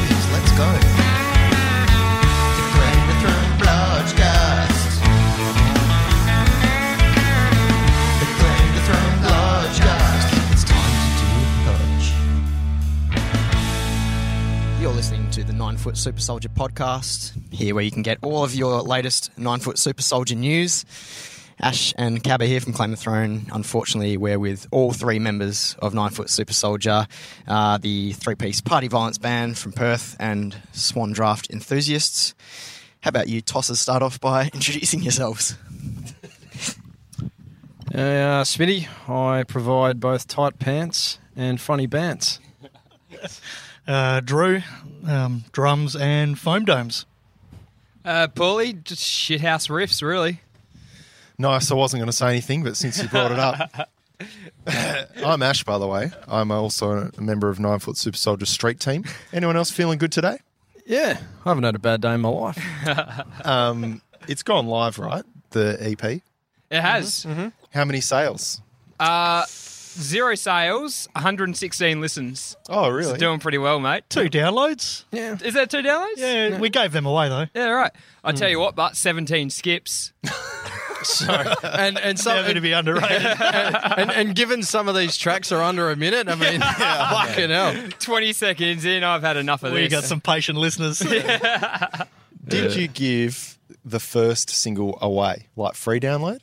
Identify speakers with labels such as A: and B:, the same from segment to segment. A: sky. The crater through blood gusts. The crater through blood gusts. It's time to do Lodge.
B: You're listening to the Nine Foot Super Soldier podcast, here where you can get all of your latest Nine Foot Super Soldier news. Ash and Cabba here from Claim the Throne. Unfortunately, we're with all three members of Nine Foot Super Soldier, uh, the three piece party violence band from Perth, and Swan Draft enthusiasts. How about you, tossers, start off by introducing yourselves?
C: Uh, Smitty, I provide both tight pants and funny bants.
D: Uh, Drew, um, drums and foam domes.
E: Uh, Paulie, just shithouse riffs, really.
F: Nice. I wasn't going to say anything, but since you brought it up, I'm Ash, by the way. I'm also a member of Nine Foot Super Soldier Street Team. Anyone else feeling good today?
C: Yeah, I haven't had a bad day in my life.
F: Um, it's gone live, right? The EP.
E: It
D: Mm-hmm,
E: has
F: How many sales?
E: Uh, zero sales, 116 listens.
F: Oh,
E: It's
F: really?
E: doing pretty well, mate.
D: Two downloads.
C: Yeah,
E: Is that two downloads?
D: Yeah, Mm. we gave them away though.
E: Yeah, right. I tell you what, but 17 skips.
C: and and some
D: Never to
C: and,
D: be underrated.
C: and, and given some of these tracks are under a minute, I mean, fucking hell.
E: 20 seconds in, I've had enough of
D: we
E: this.
D: got some patient listeners.
F: Did you give the first single away, like free download?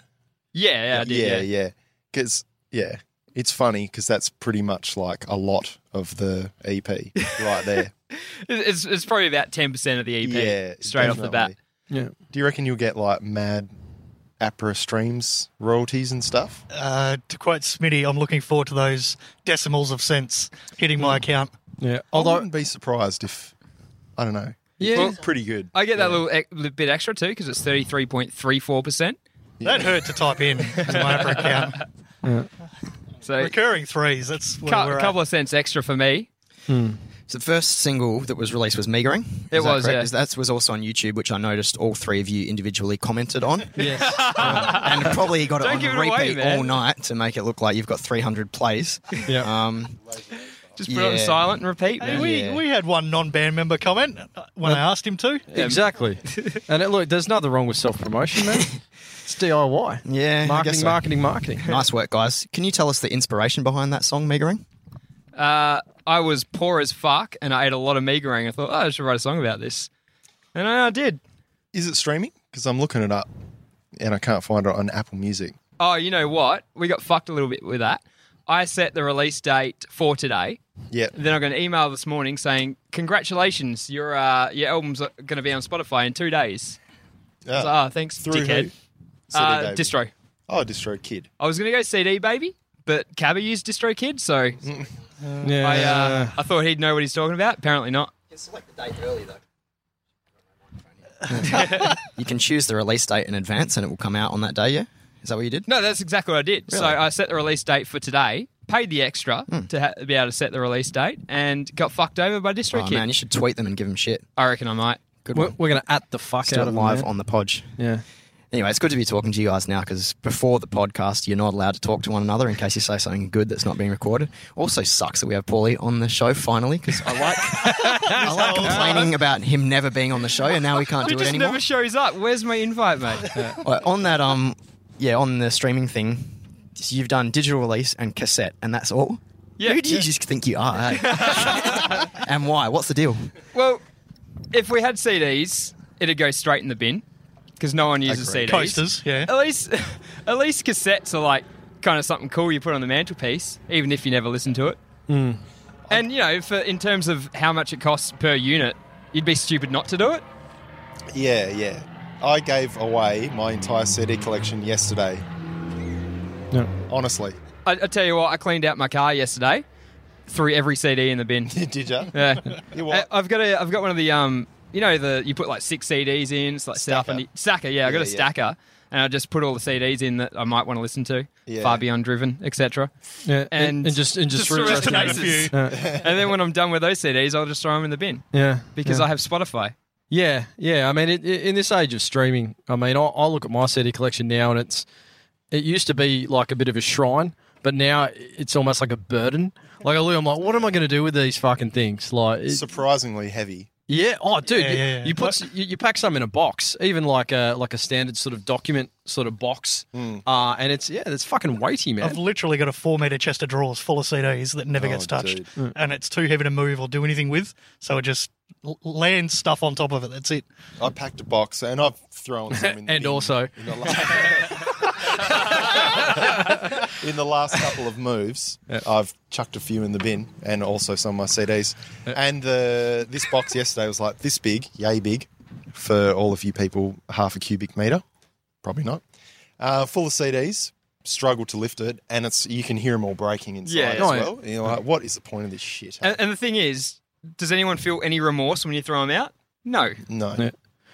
E: Yeah, yeah, I did,
F: yeah,
E: yeah,
F: yeah. Because yeah, it's funny because that's pretty much like a lot of the EP right there.
E: It's, it's probably about 10% of the EP
F: yeah,
E: straight off the bat.
F: definitely.
C: Yeah,
F: Do you reckon you'll get like mad APRA streams royalties and stuff?
D: uh, to quote Smitty, I'm looking forward to those decimals of cents hitting my account.
C: yeah.
F: I
C: Although,
F: wouldn't be surprised if I don't know.
C: yeah,
E: Well-
F: Pretty good.
E: I get that little, e- little bit extra too because it's 33.34%.
D: That hurt to type in to my Apple account.
E: So,
D: Recurring threes. That's where
E: cou-
D: we're
E: a
D: at.
E: couple of cents extra for me.
B: So the first single that was released was Meagering.
E: It
B: Is that
E: was,
B: correct?
E: yeah.
B: Is That was also on YouTube, which I noticed all three of you individually commented on. Um,
C: yes.
B: and probably got it
E: Don't
B: on
E: give it
B: repeat
E: away, man.
B: all night to make it look like you've got 300 plays.
C: Yeah.
B: Um,
E: Just put it on
B: Yeah.
E: silent and repeat,
D: Hey,
E: man.
D: we,
B: Yeah.
D: we had one non-band member comment uh, when I asked him to.
C: Exactly. And it, look, there's nothing wrong with self promotion, man. It's DIY.
B: Yeah, I
C: Marketing,
B: guess so.
C: marketing, marketing.
B: nice work, guys. Can you tell us the inspiration behind that song, Meagering?
E: Uh, I was poor as fuck and I ate a lot of meagering. I thought, oh, I should write a song about this. And I did.
F: Is it streaming? Because I'm looking it up and I can't find it on Apple Music.
E: Oh, you know what? We got fucked a little bit with that. I set the release date for today.
F: Yeah.
E: Then I got an email this morning saying, congratulations, your uh, your album's going to be on Spotify in two days. I was
F: Ah,
E: like, oh, thanks,
F: Through
E: dickhead.
F: who? CD
E: Uh,
F: Baby.
E: Distro.
F: Oh, Distro Kid.
E: I was going to go CD Baby, but Cabba used Distro Kid, so
F: Mm,
C: Yeah.
E: I, uh, I thought he'd know what he's talking about. Apparently not.
B: Select the date early, though. you can choose the release date in advance and it will come out on that day, yeah? Is that what you did?
E: No, that's exactly what I did. So
B: Really? Hmm.
E: I set the release date for today, paid the extra to ha- be able to set the release date, and got fucked over by Distro
B: Oh,
E: Kid.
B: man, you should tweet them and give them shit.
E: I reckon I might.
B: Good
C: we're
B: one.
C: we're going to at the fuck
B: Let's do
C: out
B: it
C: of
B: live
C: them,
B: on the podge.
C: man.
B: Anyway, it's good to be talking to you guys now because before the podcast, you're not allowed to talk to one another in case you say something good that's not being recorded. Also, sucks that we have Paulie on the show finally because I like I like complaining about him never being on the show and now we can't
E: He
B: do it
E: just
B: anymore.
E: never shows up. Where's my invite, mate? Uh,
B: All right, on that, um, yeah, on the streaming thing, so you've done digital release and cassette, and that's all.
E: Yeah.
B: Who do you just think you are? eh? and why? What's the deal?
E: well, if we had CDs, it'd go straight in the bin because no one uses
F: Agreed.
E: CDs.
D: Coasters, yeah.
E: At least, at least cassettes are like kind of something cool you put on the mantelpiece, even if you never listen to it.
B: Hmm.
E: And you know, for in terms of how much it costs per unit, you'd be stupid not to do it.
F: Yeah, yeah. I gave away my entire CD collection yesterday.
C: Yeah.
F: Honestly.
E: I, I tell you what, I cleaned out my car yesterday, threw every CD in the bin.
F: Did you?
E: Yeah, I,
F: You what?
E: I've got a, I've got one of the um, you know the you put like six CDs in, it's like stuff
F: Stacker.
E: and you- stacker. Yeah, I got
F: Yeah,
E: a
F: yeah.
E: stacker, and I just put all the CDs in that I might want to listen to,
F: Yeah.
E: Far Beyond Driven, etc.
C: Yeah. Yeah. And,
E: And
C: and just and just,
E: just threw
C: readjust
E: us an
C: it.
E: aces. and then when I'm done with those CDs, I'll just throw them in the bin
C: Yeah.
E: because
C: yeah.
E: I have Spotify.
C: Yeah, yeah. I mean, it, it, in this age of streaming, I mean, I, I look at my CD collection now, and it's it used to be like a bit of a shrine, but now it's almost like a burden. Like I look, I'm like, what am I going to do with these fucking things? Like, it,
F: Surprisingly heavy.
C: Yeah. Oh, dude,
D: Yeah,
C: you-
D: yeah, yeah.
C: you put s- you, you pack some in a box, even like a like a standard sort of document sort of box, uh, and it's yeah, it's fucking weighty, man.
D: Hmm. I've literally got a four meter chest of drawers full of CDs that never
F: Oh,
D: gets touched,
F: dude.
E: Mm.
D: and it's too heavy to move or do anything with. So it just l- lands stuff on top of it. That's it.
F: I packed a box and I've thrown some in
C: And
F: in-
C: also-
F: in the, la- in the last couple of moves, I've chucked a few in the bin and also some of my CDs. And the this box yesterday was like this big, yay big, for all of you people, half a cubic meter, probably not, uh, full of CDs. Struggle to lift it, and it's you can hear them all breaking inside
E: Yeah.
F: as
C: Oh, yeah.
F: well. You're like, what is the point of this shit?
E: And, and the thing is, does anyone feel any remorse when you throw them out? No,
F: no,
C: Yeah.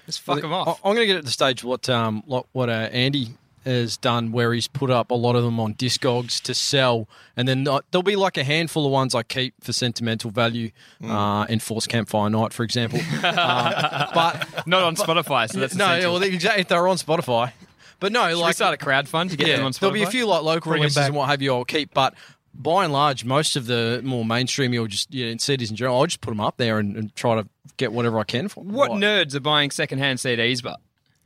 E: just fuck them off.
C: I- I'm going to get at the stage what um what, what uh, Andy has done, where he's put up a lot of them on Discogs to sell, and then not, there'll be like a handful of ones I keep for sentimental value,
E: Mm.
C: uh, in Force Campfire Night, for example. Uh, but
E: Not on Spotify, so that's
C: no,
E: essential.
C: well, they- exactly, if they're on Spotify. But no,
E: Should we
C: like
E: start a crowdfund to get them on Spotify.
C: There'll be a few like local
D: Bring 'em
C: releases
D: back.
C: and what have you. I'll keep, but by and large, most of the more mainstream, you'll just you know, in CDs in general, I'll just put them up there and, and try to get whatever I can for. 'em.
E: What
C: Like-
E: nerds are buying secondhand CDs? But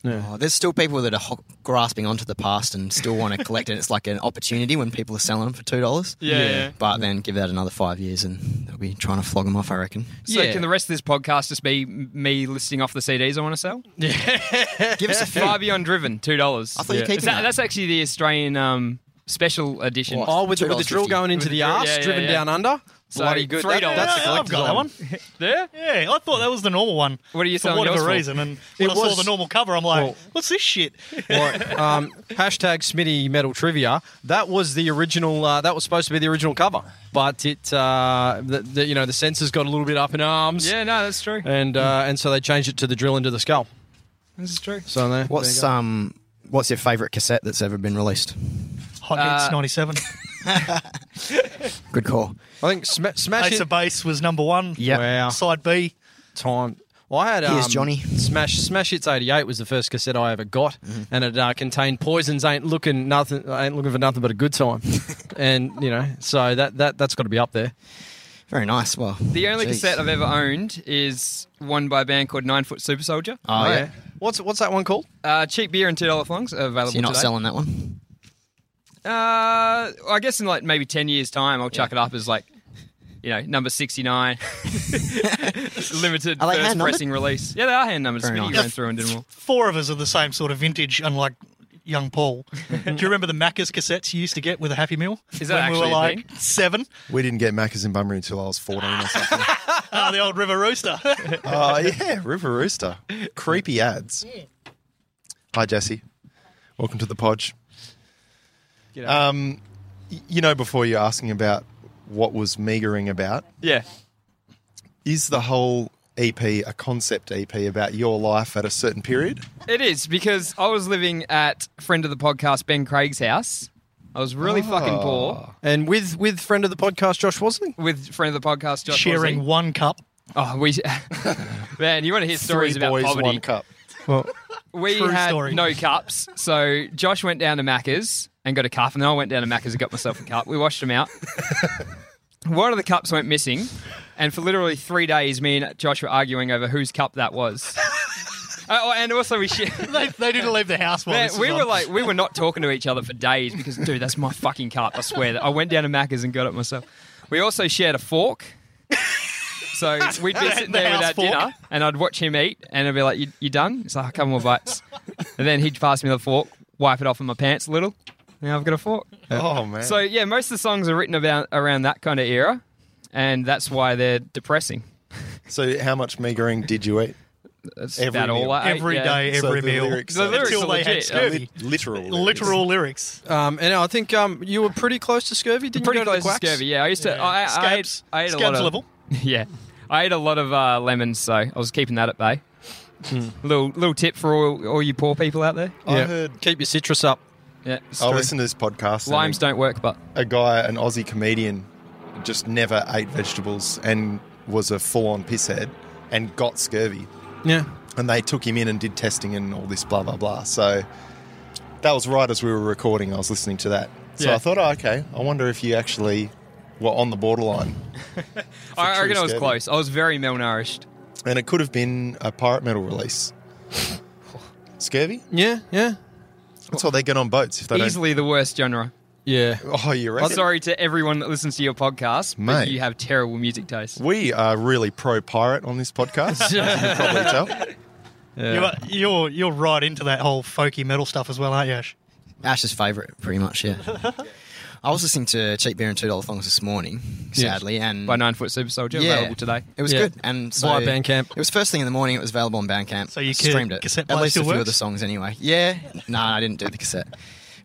B: Oh, there's still people that are ho- grasping onto the past and still want to collect it. It's like an opportunity when people are selling them for two dollars.
E: Yeah, yeah.
B: But then give that another five years, and they'll be trying to flog them off. I reckon.
E: so
C: Yeah.
E: can the rest of this podcast just be m- me listing off the CDs I want to sell?
B: Give us a few.
E: Far beyond driven, two dollars.
B: I thought you were keeping that.
E: That's actually the Australian um, special edition.
C: Oh, with the, with the drill
B: $2.50.
C: going into
E: With the
C: the
E: drill,
C: arse,
E: yeah, yeah,
C: driven
E: yeah.
C: down under.
E: So,
C: Bloody good.
E: $3.
C: That, that's a
E: Yeah,
C: collector's
D: I've got that
C: item.
D: one.
E: there.
D: Yeah, I thought that was the normal one.
E: What are you
D: for
E: selling
D: whatever
E: yours for?
D: reason? And when
C: It
D: I
C: was-
D: saw the normal cover, I'm like,
C: Well-
D: "What's this shit?"
C: Right. Um, hashtag Smitty Metal Trivia. That was the original. Uh, that was supposed to be the original cover, but it, uh, the, the, you know, the censors got a little bit up in arms.
E: Yeah, no, that's true.
C: And uh, and so they changed it to the drill into the skull.
E: This is true.
C: So there.
B: What's
C: there
B: um What's your favourite cassette that's ever been released?
D: Hot
E: Uh,
D: Hits '97.
B: Good call.
C: you go. I think sma- smash
D: Ace
C: it.
D: of Base was number one.
B: Yeah.
C: Wow.
D: Side B.
C: time. Well, I had um,
B: Here's Johnny.
C: Smash Smash Hits '88 was the first cassette I ever got,
B: Mm-hmm.
C: and it uh, contained poisons. Ain't looking nothing. Ain't looking for nothing but a good time, and you know, so that that that's got to be up there.
B: Very nice. Well,
E: The only
B: geez.
E: cassette I've ever owned is one by a band called Nine Foot Super Soldier.
B: Oh, yeah.
C: What's what's that one called?
E: Uh, cheap beer and two dollar flongs are available.
B: So you're not
E: today.
B: selling that one.
E: Uh, I guess in like maybe ten years' time, I'll chuck it up as like, you know, number sixty nine, limited
B: Are they
E: first
B: hand-numbered?
E: pressing release. Yeah, they are hand numbered.
B: Very
E: Smitty
B: nice.
E: ran through and did them all.
D: Four of us are the same sort of vintage, unlike young Paul. Do you remember the Macca's cassettes you used to get with a Happy Meal?
E: Is
D: when
E: that
D: we
E: actually
D: were
E: a
D: like seven?
F: we didn't get Macca's in Bunbury until I was 14 or something.
D: Oh, the old River Rooster.
F: Oh yeah, River Rooster. Creepy ads. Hi Jesse, welcome to the Podge.
E: G'day.
F: Um, y- you know, before you're asking about what was meagering about,
E: Yeah,
F: is the whole EP a concept EP about your life at a certain period?
E: it is because I was living at friend of the podcast Ben Craig's house. I was really fucking
F: Ah.
E: poor
C: And with with friend of the podcast Josh Wasling.
E: with friend of the podcast Josh.
D: Sharing
E: Wosley.
D: one cup.
E: Oh, we man, you want to hear stories
F: Three
E: about
F: boys,
E: poverty?
F: one cup.
E: We
D: True
E: had
D: story.
E: no cups, so Josh went down to Macca's and got a cup, and then I went down to Macca's and got myself a cup. We washed them out. One of the cups went missing, and for literally three days, me and Josh were arguing over whose cup that was. Oh, and also we shared.
D: They, they didn't leave the house while
E: Man,
D: this was
E: we were
D: on.
E: like, we were not talking to each other for days because, dude, that's my fucking cup. I swear that I went down to Macca's and got it myself. We also shared a fork. So we'd be sitting
D: The
E: there with our
D: house fork.
E: dinner, and I'd watch him eat, and I'd be like, "You, you done?" It's like, "A couple more bites," and then he'd pass me the fork, wipe it off in my pants a little. Now I've got a fork.
F: Oh man.
E: So yeah, most of the songs are written about around that kind of era, and that's why they're depressing.
F: so how much meagering did you eat?
E: That's
F: Every
E: about all
F: meal.
E: I ate,
D: every
E: yeah.
D: day,
F: So
D: every
F: the
D: meal.
F: lyrics
E: The
F: are-
E: lyrics
D: Until
E: are
D: they had
E: legit.
D: scurvy.
F: Lit- literal, lyrics.
D: Literal lyrics.
C: Um, and I think um, you were pretty close to scurvy. Didn't
E: Pretty
C: you go to,
E: close to
C: the quacks?
E: scurvy. Yeah, I used to. I, I, ate,
D: Scabs.
E: I ate a lot
D: Scabs
E: of
D: level.
E: Yeah, I ate a lot of uh, lemons, so I was keeping that at bay.
B: Hmm.
E: little little tip for all, all you poor people out there.
F: I
C: Yeah.
F: heard.
C: Keep your citrus up.
E: Yeah, it's
F: I
E: true.
F: listened to this podcast. and
E: limes don't work, but
F: a guy, an Aussie comedian, just never ate vegetables and was a full on pisshead and got scurvy.
C: Yeah.
F: And they took him in and did testing and all this blah, blah, blah. So that was right as we were recording. I was listening to that. So
E: Yeah.
F: I thought, oh, okay, I wonder if you actually were on the borderline.
E: I, I
F: true
E: reckon I was
F: scurvy.
E: close. I was very malnourished.
F: and it could have been a pirate metal release. Scurvy?
C: Yeah, yeah,
F: That's what they get on boats if they
E: Easily the worst genre.
C: yeah.
F: don't. Oh, you
E: I'm
F: reckon?
E: sorry to everyone that listens to your podcast, but
F: Mate.
E: you have terrible music taste.
F: We are really pro pirate on this podcast. as you can probably tell.
D: You're, you're you're right into that whole folky metal stuff as well, aren't you? Ash?
B: Ash's favourite, pretty much, yeah. I was listening to Cheap Beer and $2 Thongs this morning, sadly, and
E: By Nine Foot Super Soldier,
B: Yeah.
E: available today.
B: It was
C: Yeah.
B: good. And so
C: Via Bandcamp.
B: It was first thing in the morning. It was available on Bandcamp.
D: So your
B: I
D: ca-
B: streamed it.
D: cassette
B: At
D: player
B: least a
D: still
B: few of
D: works?
B: the songs, anyway. Yeah. No, I didn't do the cassette,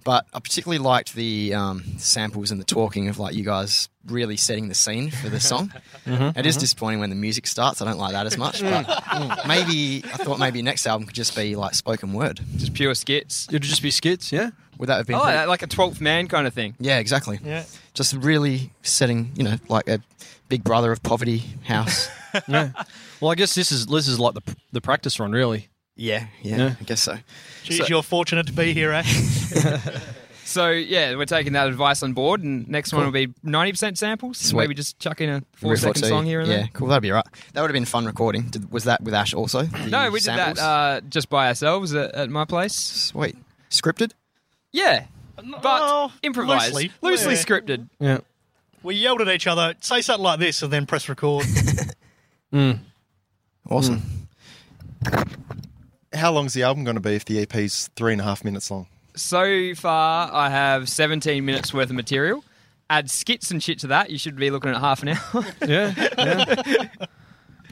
B: but I particularly liked the um, samples and the talking of like you guys really setting the scene for the song. It is disappointing when the music starts. I don't like that as much. But mm, maybe I thought maybe next album could just be like spoken word.
E: Just pure skits.
C: It'd just be skits. Yeah,
B: Would that have been?
E: Oh,
B: pretty-
E: like, like a 12th man kind of thing.
B: yeah, exactly.
D: Yeah.
B: Just really setting, you know, like a big brother of poverty house.
C: yeah. Well, I guess this is this is like the the practice run, really.
B: yeah, yeah,
C: Yeah.
B: I guess so.
D: Geez, you're fortunate to be here, Ash.
E: So, yeah, we're taking that advice on board, and next one will be 90% samples.
B: Sweet.
E: Maybe just chuck in a four
B: Riff or
E: second
B: two.
E: song here and
B: yeah,
E: there.
B: cool. That'd be right. That would have been fun recording. Did, was that with Ash also? The
E: No, we did
B: samples?
E: that uh, just by ourselves at, at my place.
B: Sweet. Scripted?
E: Yeah, but
D: Oh,
E: improvised,
D: loosely.
E: loosely,
D: Yeah.
E: scripted.
C: Yeah.
D: We yelled at each other, say something like this, and then press record.
B: Awesome.
E: Hmm.
F: How long's the album going to be if the EP's three and a half minutes long?
E: So far, I have 17 minutes worth of material. Add skits and shit to that. You should be looking at half an hour. Uh,
C: Yeah, yeah.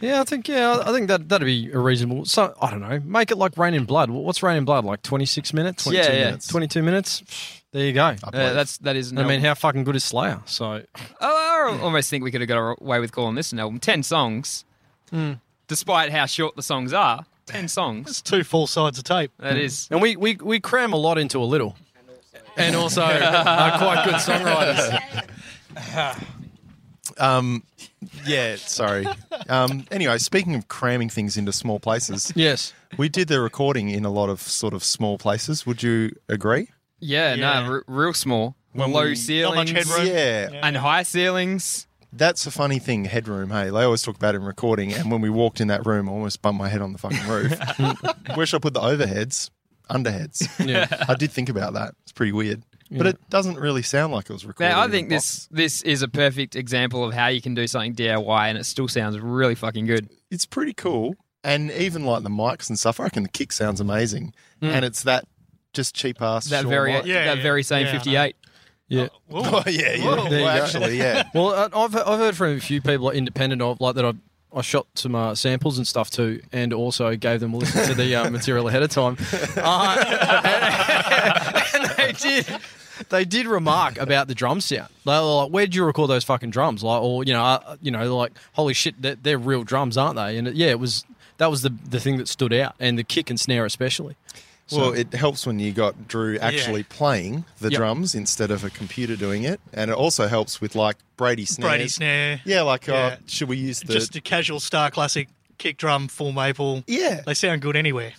C: Yeah, I think yeah, I think that that'd be a reasonable. So I don't know, make it like Rain in Blood. Wh- What's Rain in Blood like? Twenty six minutes.
E: 22 Yeah, yeah. minutes.
C: twenty two minutes. There you go.
F: I
E: Uh,
F: believe.
E: that's that is. An
C: I mean,
E: album.
C: how fucking good is Slayer? So
E: Oh, I al- almost think we could have got away with calling this an album. Ten songs,
C: Hmm.
E: despite how short the songs are. Ten songs.
D: it's two full sides of tape.
C: Hmm.
E: That is.
C: And we, we, we cram a lot into a little. And also are quite good songwriters.
F: Um, yeah, sorry. Um, anyway, speaking of cramming things into small places,
C: Yes.
F: we did the recording in a lot of sort of small places. Would you agree?
E: Yeah,
D: Yeah.
E: no, r- real small, low ceilings,
D: headroom.
F: Yeah.
E: and high ceilings.
F: That's a funny thing, headroom, hey. They always talk about it in recording, and when we walked in that room, I almost bumped my head on the fucking roof. Wish I put the overheads, underheads.
C: Yeah.
F: I did think about that. It's pretty weird. But it doesn't really sound like it was recorded.
E: Now, I
F: in a
E: think
F: box.
E: this this is a perfect example of how you can do something DIY and it still sounds really fucking good.
F: it's pretty cool. And even like the mics and stuff, I reckon the kick sounds amazing.
D: Hmm.
F: And it's that just cheap ass.
E: That
F: Shaw
E: very
F: mic.
D: Yeah,
E: that
D: yeah.
E: very same
D: Yeah, I know.
E: 58.
C: Yeah.
F: Oh, yeah, yeah.
D: Whoa.
C: There you
F: Well,
C: go.
F: actually, yeah.
C: Well, I- I've, I've heard from a few people like, independent of, like that I've, I shot some uh, samples and stuff too, and also gave them a listen to the uh, material ahead of time. Uh, and, they did. They did remark about the drum sound. They were like, "Where'd you record those fucking drums?" Like, or you know, uh, you know, like, "Holy shit, they're, they're real drums, aren't they?" And it, yeah, it was that was the the thing that stood out, and the kick and snare especially.
F: Well, it helps when you got Drew actually playing the
C: Yep.
F: drums instead of a computer doing it, and it also helps with like Brady snares.
D: Brady snare.
F: Yeah, like
D: Yeah.
F: Uh, should we use the?
D: Just a casual Star Classic kick drum, full maple.
F: yeah.
D: They sound good anywhere.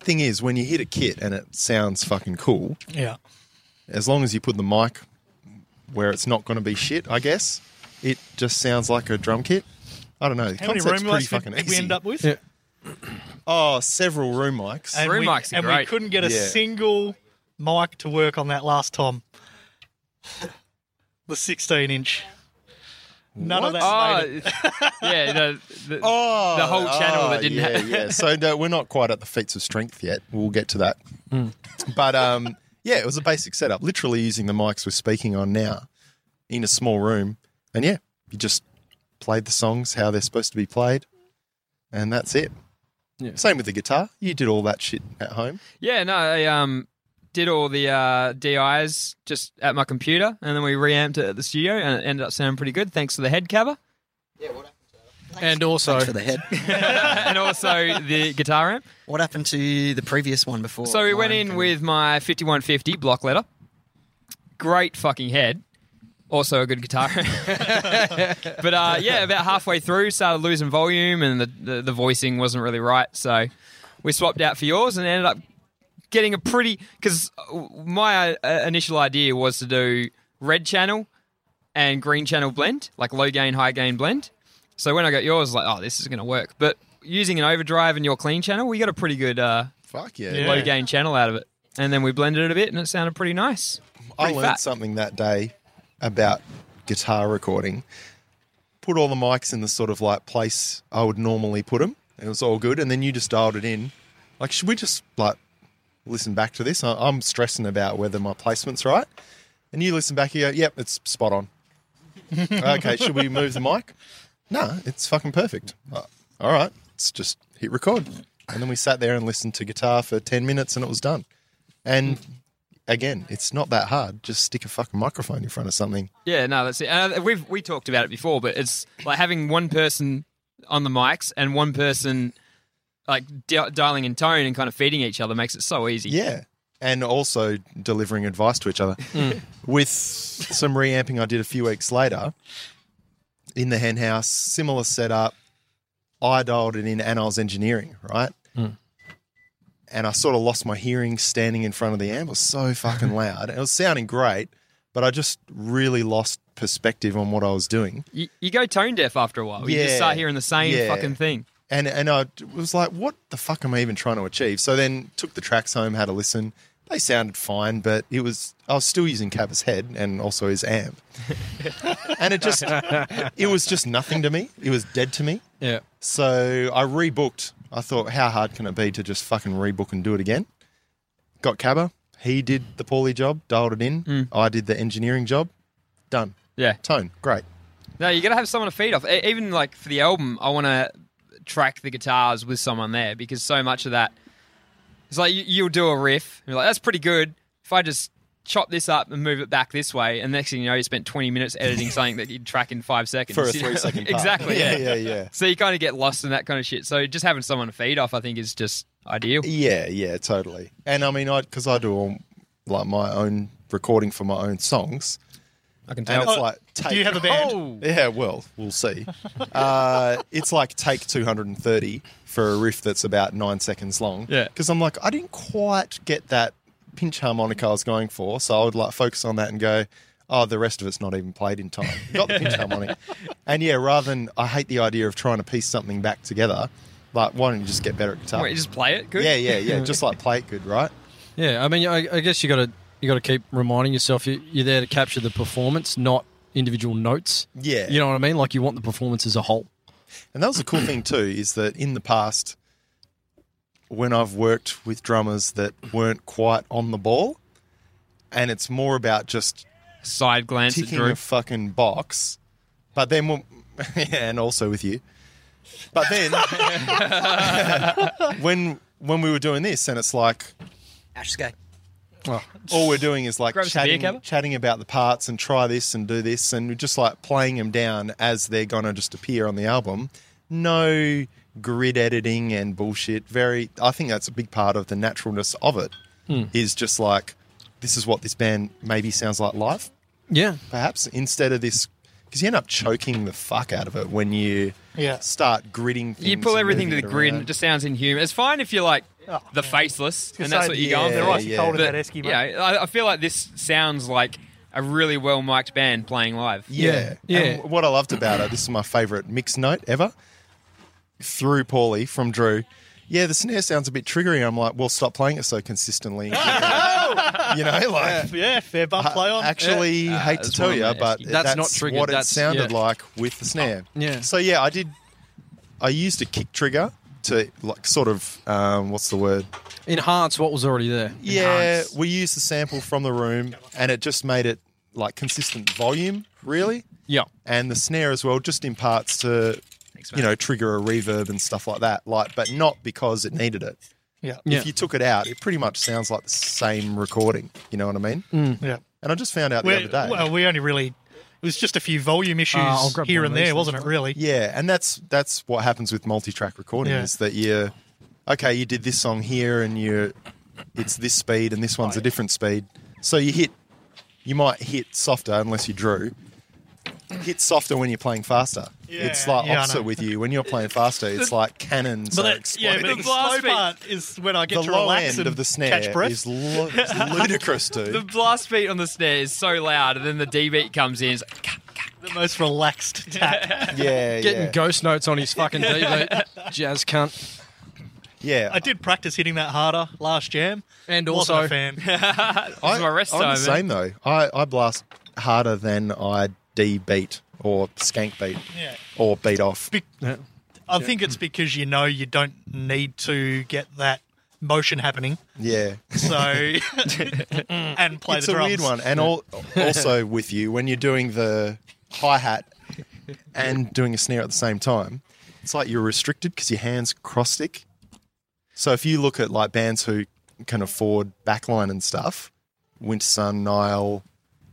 F: Thing is, when you hit a kit and it sounds fucking cool,
D: Yeah.
F: as long as you put the mic where it's not going to be shit, I guess it just sounds like a drum kit. I don't know. The
D: How many
F: concept's
D: room
F: pretty
D: lights
F: fucking
D: did, did
F: easy.
D: we end up with?
C: Yeah.
F: Oh, several room mics.
D: And
E: Room
D: we,
E: mics are
D: and we
E: great.
D: couldn't get a
F: Yeah.
D: single mic to work on that last time. The 16 inch. None of
F: What?
D: that.
E: Oh, yeah, the, the,
F: Oh,
E: the whole channel that didn't
F: yeah,
E: have-
F: yeah. So no, we're not quite at the feats of strength yet. We'll get to that.
E: Mm.
F: But um, yeah, it was a basic setup. Literally using the mics we're speaking on now in a small room, and yeah, you just played the songs how they're supposed to be played, and that's it.
C: Yeah.
F: Same with the guitar. You did all that shit at home.
E: yeah, no, I um did all the uh, DIs just at my computer, and then we reamped it at the studio, and it ended up sounding pretty good thanks to the head cover
C: and also,
B: For the head.
E: and also the guitar amp.
B: what happened to the previous one before?
E: So we went
B: mine
E: in
B: came
E: with my 5150 block letter. Great fucking head. Also a good guitar. but uh, yeah, about halfway through, started losing volume and the, the, the voicing wasn't really right. So we swapped out for yours and ended up getting a pretty. Because my uh, initial idea was to do red channel and green channel blend, like low gain, high gain blend. So when I got yours, like, oh, this is going to work. But using an overdrive and your clean channel, we got a pretty good uh,
F: Fuck yeah.
D: Yeah.
E: low gain channel out of it. And then we blended it a bit, and it sounded pretty nice.
F: I
E: Pretty
F: learned
E: fat.
F: something that day about guitar recording. Put all the mics in the sort of like place I would normally put them. It was all good, and then you just dialed it in. Like, should we just like listen back to this? I- I'm stressing about whether my placement's right, and you listen back. You go, "Yep, it's spot on." okay, should we move the mic? No, it's fucking perfect. Uh, All right, let's just hit record, and then we sat there and listened to guitar for ten minutes, and it was done. And again, it's not that hard. Just stick a fucking microphone in front of something.
E: Yeah, no, that's it. Uh, we've we talked about it before, but it's like having one person on the mics and one person like di- dialing in tone and kind of feeding each other makes it so easy.
F: Yeah. And also delivering advice to each other. With some reamping I did a few weeks later in the hen house, similar setup. I dialed it in and I was engineering, right? And I sort of lost my hearing standing in front of the amp. It was so fucking loud. It was sounding great, but I just really lost perspective on what I was doing.
E: You, you go tone deaf after a while. You just
F: Yeah.
E: start hearing the same
F: Yeah.
E: fucking thing.
F: and and I was like, what the fuck am I even trying to achieve? So then took the tracks home, had a listen. They sounded fine, but it was I was still using Cabba's head and also his amp, and it just it was just nothing to me. It was dead to me.
C: Yeah.
F: So I rebooked. I thought, how hard can it be to just fucking rebook and do it again? Got Cabba. He did the poorly job, dialed it in. I did the engineering job. Done.
E: Mm. Yeah.
F: Tone. Great.
E: No, you got to have someone to feed off. E- Even like for the album, I want to track the guitars with someone there because so much of that, it's like you, you'll do a riff and you're like, that's pretty good. If I just chop this up and move it back this way, and next thing you know, you spent 20 minutes editing something that you'd track in five seconds.
F: For a
E: You know?
F: three second part.
E: exactly. Yeah.
F: yeah, yeah.
E: So you kind of get lost in that kind of shit. So just having someone to feed off, I think, is just ideal.
F: Yeah, yeah, totally. And I mean, I because I do all like my own recording for my own songs,
E: I can
F: and
E: tell.
F: it's like take.
D: Do you have a band?
E: Oh,
F: yeah, well, we'll see. Uh, it's like take 230 for a riff that's about nine seconds long.
E: Yeah.
F: Because I'm like, I didn't quite get that pinch harmonica I was going for. So I would like focus on that and go, oh, the rest of it's not even played in time. Got the pinch harmonic. And yeah, rather than, I hate the idea of trying to piece something back together. Like, why don't you just get better at guitar?
E: wait, you just play it. Good.
F: yeah, yeah, yeah. Just like play it good, right?
C: Yeah, I mean, I, I guess you got to you got to keep reminding yourself you, you're there to capture the performance, not individual notes.
F: Yeah.
C: you know what I mean. Like you want the performance as a whole.
F: And that was a cool thing too, is that in the past, when I've worked with drummers that weren't quite on the ball, and it's more about just
E: Side glance at
F: ticking
E: Drew.
F: a fucking box, but then, we'll, and also with you, but then when when we were doing this, and it's like
B: Ash Skate.
F: all we're doing is like
E: Grab us a beer,
F: chatting,
E: Gabba.
F: chatting about the parts and try this and do this and we're just like playing them down as they're gonna just appear on the album. No grid editing and bullshit. Very, I think that's a big part of the naturalness of it.
E: Hmm.
F: Is just like this is what this band maybe sounds like live,
C: Yeah,
F: perhaps instead of this because you end up choking the fuck out of it when you
D: Yeah.
F: start gridding. Things
E: You pull
F: and
E: everything to
F: moving
E: the
F: it
E: grid, and
F: around.
E: it just sounds inhuman. It's fine if you're like
D: Oh,
E: the faceless, and that's what you're
F: yeah,
E: going
D: They're
E: for.
D: icy
F: yeah.
D: cold in
E: But,
D: that Eskimo.
E: yeah, I, I feel like this sounds like a really well mic'd band playing live.
F: Yeah.
C: Yeah.
F: And what I loved about it, this is my favorite mix note ever, through Paulie from Drew. Yeah, the snare sounds a bit triggery. I'm like, well, stop playing it so consistently. you know, like.
D: Yeah, fair bump play on.
F: I actually hate to
E: that's
F: tell
E: one of
F: you,
E: my-
F: but
C: That's
F: that's,
C: not triggered,
F: what it
C: that's-
F: sounded
C: yeah.
F: like with the snare.
C: yeah.
F: So yeah, I did. I used a kick trigger to like sort of um, what's the word?
C: enhance what was already there.
F: Yeah,
E: Enhance.
F: we used the sample from the room, and it just made it like consistent volume, really
C: Yeah,
F: and the snare as well just imparts to you know trigger a reverb and stuff like that like but not because it needed it
D: Yeah.
C: Yeah.
F: if you took it out it pretty much sounds like the same recording you know what i mean
D: Yeah.
F: and i just found out the
D: We're-
F: other day
D: Mm. Well, we only really. It was just a few volume issues
C: Uh, I'll grab
D: here
C: one of
D: and
C: these
D: there, wasn't it? Really?
F: yeah and that's that's what happens with multi-track recording
D: Yeah.
F: is that you okay you did this song here and you it's this speed and this one's a different speed so you hit you might hit softer unless you drew hit softer when you're playing faster it's like
D: Yeah, I know.
F: opposite with you when you're playing faster it's like cannons
D: But
F: are
D: that's, yeah, but
F: exploding.
D: the
E: Blast
D: slow
E: beat.
D: part is when I get
F: the
D: to
F: low
D: relax
F: end
D: and
F: of the snare
D: catch breath.
F: is lu- it's ludicrous dude
E: The blast beat on the snare is so loud, and then the D beat comes in. It's like, "Ka, ka,
D: the most relaxed tap.
F: Yeah,
C: Getting
F: yeah.
C: ghost notes on his fucking DVD. Jazz cunt.
F: yeah.
D: I did practice hitting that harder last jam.
C: And
D: Wasn't
C: also,
D: a fan.
E: This is my rest
F: I'm
E: time.
F: the
E: man.
F: same though. I, I blast harder than I D beat or skank beat
D: Yeah.
F: or beat off.
D: Be-
C: Yeah.
D: I think it's because you know you don't need to get that motion happening.
F: Yeah,
D: So and play
F: it's
D: the
F: a
D: drums.
F: weird one. And all, also with you when you're doing the hi hat and doing a snare at the same time, it's like you're restricted because your hands cross stick. So if you look at like bands who can afford backline and stuff, Winter Sun, Nile,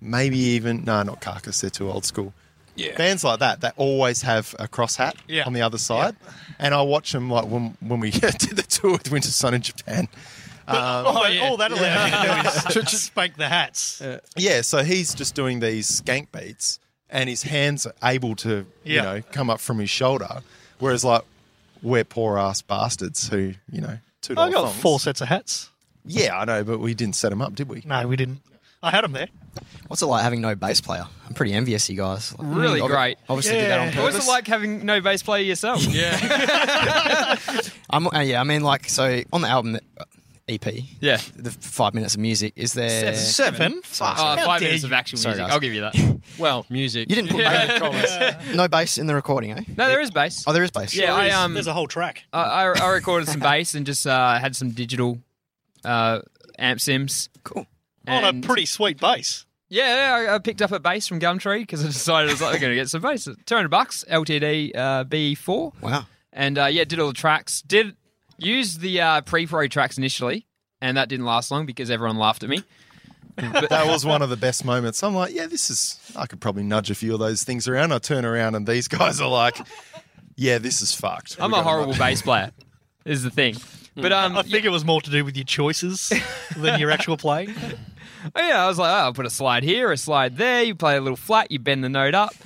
F: maybe even no, not Carcass, they're too old school. Yeah. Bands like that, they always have a cross hat
D: Yeah.
F: on the other side, and I watch them like when when we did the tour with Winter Sun in Japan.
D: Oh, All that allowed me to do is spank the hats.
F: Yeah, so he's just doing these skank beats, and his hands are able to, you
D: Yeah.
F: know, come up from his shoulder. Whereas, like, we're poor ass bastards who, you know, two
D: I
F: dollars.
D: got four sets of hats.
F: Yeah, I know, but we didn't set them up, did we?
D: No, we didn't. I had them there.
B: What's it like having no bass player? I'm pretty envious, you guys. Like,
E: Really
B: obvi-
E: great.
B: Obviously, did that on
D: Yeah.
E: What was
B: purpose.
E: it like having no bass player yourself?
C: yeah,
B: I'm, uh, yeah, I mean, like, so on the album, that, EP,
E: Yeah.
B: the five minutes of music, is there?
D: Seven.
E: Oh,
D: Fuck.
E: five
D: How dare
E: minutes
D: you.
E: of actual
B: Sorry,
E: music.
B: guys.
E: I'll give you that.
C: well, music.
B: You didn't put bass, no bass in the recording, eh?
E: No, there is bass.
B: Oh, there is bass.
E: Yeah, I um,
D: There's a whole track.
E: I, I, I recorded some bass and just uh, had some digital uh, amp sims.
B: Cool.
D: On a
E: And-
D: pretty sweet bass.
E: Yeah, yeah I, I picked up a bass from Gumtree because I decided I was like, I'm going to get some bass. 200 bucks, LTD uh, B4.
B: Wow.
E: And uh, yeah, did all the tracks. Did use the uh, pre-pro tracks initially, and that didn't last long because everyone laughed at me.
F: That was one of the best moments. I'm like, yeah, this is. I could probably nudge a few of those things around. I turn around, and these guys are like, yeah, this is fucked.
E: I'm a
F: We gotta
E: horrible
F: nudge-
E: bass player, is the thing. But um,
D: I think it was more to do with your choices than your actual playing.
E: yeah, I was like, oh, I'll put a slide here, a slide there. You play a little flat, you bend the note up.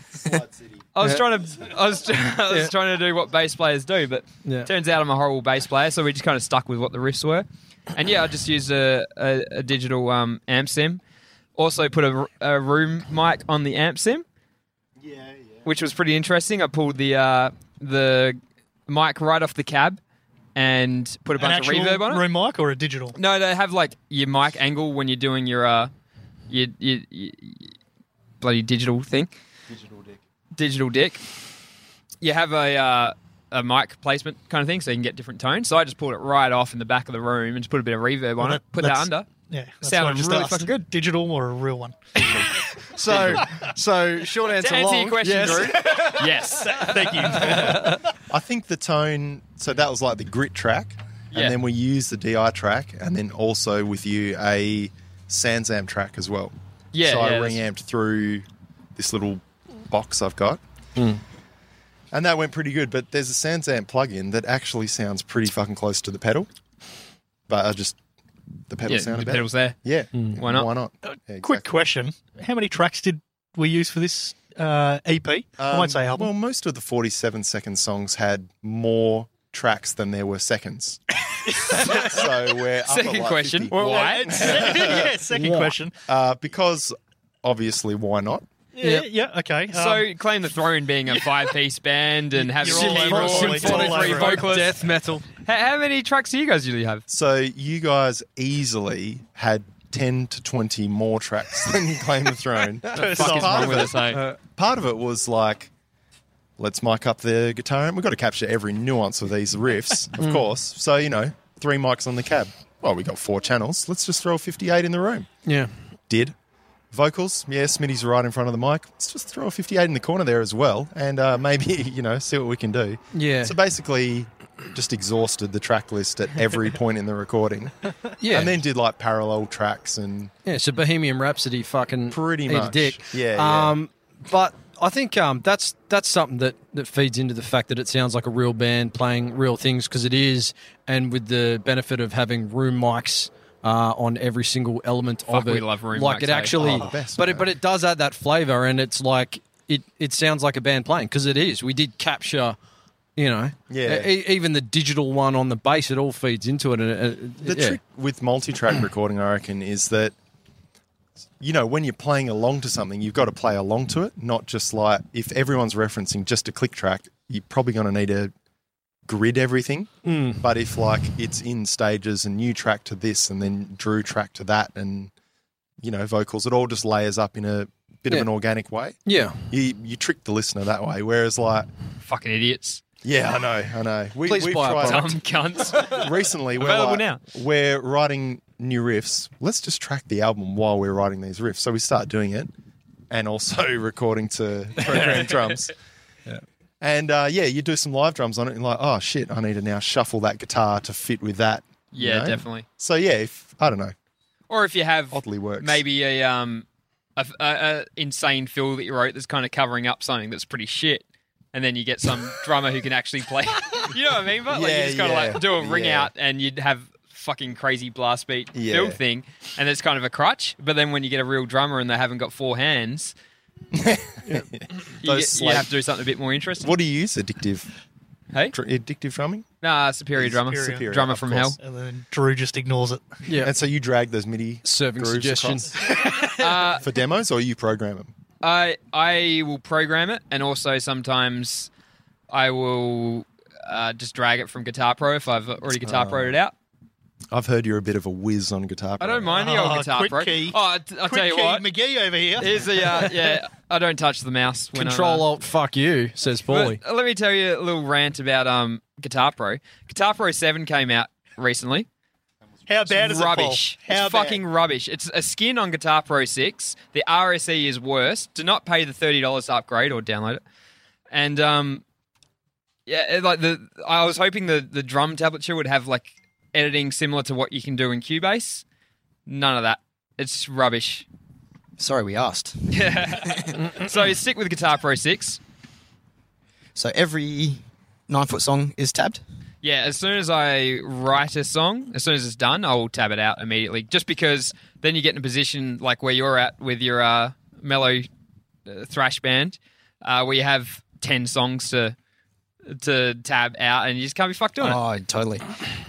E: I was trying to, I was, I was trying to do what bass players do, but
C: Yeah.
E: turns out I'm a horrible bass player, so we just kind of stuck with what the riffs were. And yeah, I just used a, a, a digital um, amp sim. Also put a, a room mic on the amp sim. Yeah, yeah. Which was pretty interesting. I pulled the uh, the mic right off the cab and put a
D: An
E: bunch of
D: actual
E: reverb on it.
D: room mic or a digital?
E: No, they have like your mic angle when you're doing your uh, your, your, your, your bloody digital thing. Digital dick. Digital dick. You have a uh, a mic placement kind of thing, so you can get different tones. So I just pulled it right off in the back of the room and just put a bit of reverb on
D: Well,
E: it.
D: that-
E: Put that
D: that's-
E: under.
D: Yeah, that's
E: Sounded
D: what I just
E: really
D: asked.
E: fucking good.
D: Digital or a real one?
B: So, so short answer.
E: To answer your question, Drew. yes.
D: Thank you.
F: I think the tone. So that was like the grit track,
E: Yeah.
F: and then we used the DI track, and then also with you a Sansamp track as well.
E: Yeah,
F: So
E: yeah,
F: I
E: that's-
F: reamped through this little box I've got,
E: Hmm.
F: and that went pretty good. But there's a Sansamp plugin that actually sounds pretty fucking close to the pedal, but I just the pedal
E: Yeah,
F: sounded
E: the
F: better.
E: pedal's there.
F: Yeah,
E: Why not? Uh,
F: Why not? Yeah,
D: Quick
F: exactly.
D: question: How many tracks did we use for this uh, EP? I
F: Um,
D: won't say album.
F: Well, most of the 47 second songs had more tracks than there were seconds. so we're up at
E: Second
F: like
E: question.
F: 50.
E: Well,
D: Why? yeah, second question.
F: Uh, because obviously, why not?
D: Yeah, yeah, okay. Um,
E: So claim the throne being a five-piece band and having
D: You're all
E: keyboard,
D: over it, Ollie.
E: symphonic
D: All over
E: three
D: it.
E: vocalists.
C: Death metal.
E: How, how many tracks do you guys usually have?
F: So you guys easily had 10 to 20 more tracks than Claim the Throne.
E: Fuck is
F: part,
E: wrong
F: of
E: with us,
F: it,
E: eh?
F: part of it was like, let's mic up the guitar, and we've got to capture every nuance of these riffs,
E: Hmm.
F: of course. So, you know, three mics on the cab. Well, we got four channels. Let's just throw 58 in the room.
C: Yeah.
F: did. Vocals, yeah, Smitty's right in front of the mic. Let's just throw a 58 in the corner there as well and uh, maybe, you know, see what we can do.
C: Yeah.
F: So basically, just exhausted the track list at every point in the recording
C: Yeah.
F: and then did like parallel tracks and
C: Yeah, so Bohemian Rhapsody fucking
F: Pretty
C: eat
F: much.
C: a dick.
F: Yeah, yeah.
C: Um, but I think um, that's that's something that, that feeds into the fact that it sounds like a real band playing real things because it is, and with the benefit of having room mics. Uh, on every single element of it,
E: we love room
C: like
E: mics,
C: it
E: eh?
C: actually,
F: Oh, the best,
C: but it,
F: man.
C: but it does add that flavor, and it's like it it sounds like a band playing because it is. We did capture, you know,
F: Yeah.
C: e- even the digital one on the bass, it all feeds into it, and it, it-
F: The
C: yeah.
F: trick with multi-track recording, I reckon, is that you know, when you're playing along to something, you've got to play along to it, not just like if everyone's referencing just a click track, you're probably going to need to grid everything.
C: Hmm.
F: But if like it's in stages and you track to this and then Drew track to that and you know vocals, it all just layers up in a bit
C: Yeah.
F: of an organic way.
C: Yeah.
F: You you trick the listener that way. Whereas like,
E: Fucking idiots.
F: yeah, I know, I know. We,
C: Please
F: we've
C: buy a
F: tried-
E: Dumb cunts.
F: recently we're
E: Available
F: like,
E: now.
F: we're writing new riffs let's just track the album while we're writing these riffs so we start doing it and also recording to program drums and uh, yeah you do some live drums on it and like oh shit i need to now shuffle that guitar to fit with that you
E: yeah,
F: know?
E: definitely.
F: so yeah if, i don't know
E: Or if you have
F: Oddly works.
E: maybe a um a, a, a insane fill that you wrote that's kind of covering up something that's pretty shit, and then you get some drummer who can actually play. you know what I mean? But like you
F: Yeah,
E: just gotta
F: yeah,
E: like do a ring
F: yeah.
E: out, and you'd have fucking crazy blast beat
F: Yeah.
E: build thing, and it's kind of a crutch. But then when you get a real drummer and they haven't got four hands. you,
F: Those
E: get- you
F: slate-
E: have to do something a bit more interesting.
F: what do you use addictive
E: Hey,
F: dr- addictive drumming
E: nah, superior drummer,
D: Superior.
E: drummer
F: of
E: from
F: course.
E: hell.
D: And then Drew just ignores it.
C: Yeah.
F: and so you drag those midi
C: Serving
F: grooves
C: suggestions.
F: across for demos or you program them
E: I I will program it, and also sometimes I will uh, just drag it from Guitar Pro if I've already Guitar Pro it out.
F: i've heard you're a bit of a whiz on guitar
E: I don't
F: programming.
E: mind the old
D: Ah,
E: Guitar
D: quick
E: Pro.
D: key.
E: Oh, I t- I'll
D: Quick
E: tell you
D: key
E: what.
D: McGee over here.
E: Here's the uh, yeah. I don't touch the mouse. When
C: Control
E: I'm, uh,
C: alt fuck you, says Paulie.
E: but let me tell you a little rant about um Guitar Pro. Guitar Pro Seven came out recently.
D: How bad is
E: rubbish.
D: it, Paul? How
E: it's
D: bad?
E: fucking rubbish. It's a skin on Guitar Pro 6. The RSE is worse. Do not pay the $30 to upgrade or download it. And um yeah, it- like the I was hoping the the drum tablature would have like editing similar to what you can do in Cubase. None of that. It's rubbish.
B: Sorry, we asked.
E: So stick with Guitar Pro 6.
B: So every nine foot song is tabbed.
E: Yeah, as soon as I write a song, as soon as it's done, I'll tab it out immediately. Just because then you get in a position like where you're at with your uh, mellow uh, thrash band, uh, where you have ten songs to to tab out, and you just can't be fucked doing it.
B: Oh, totally.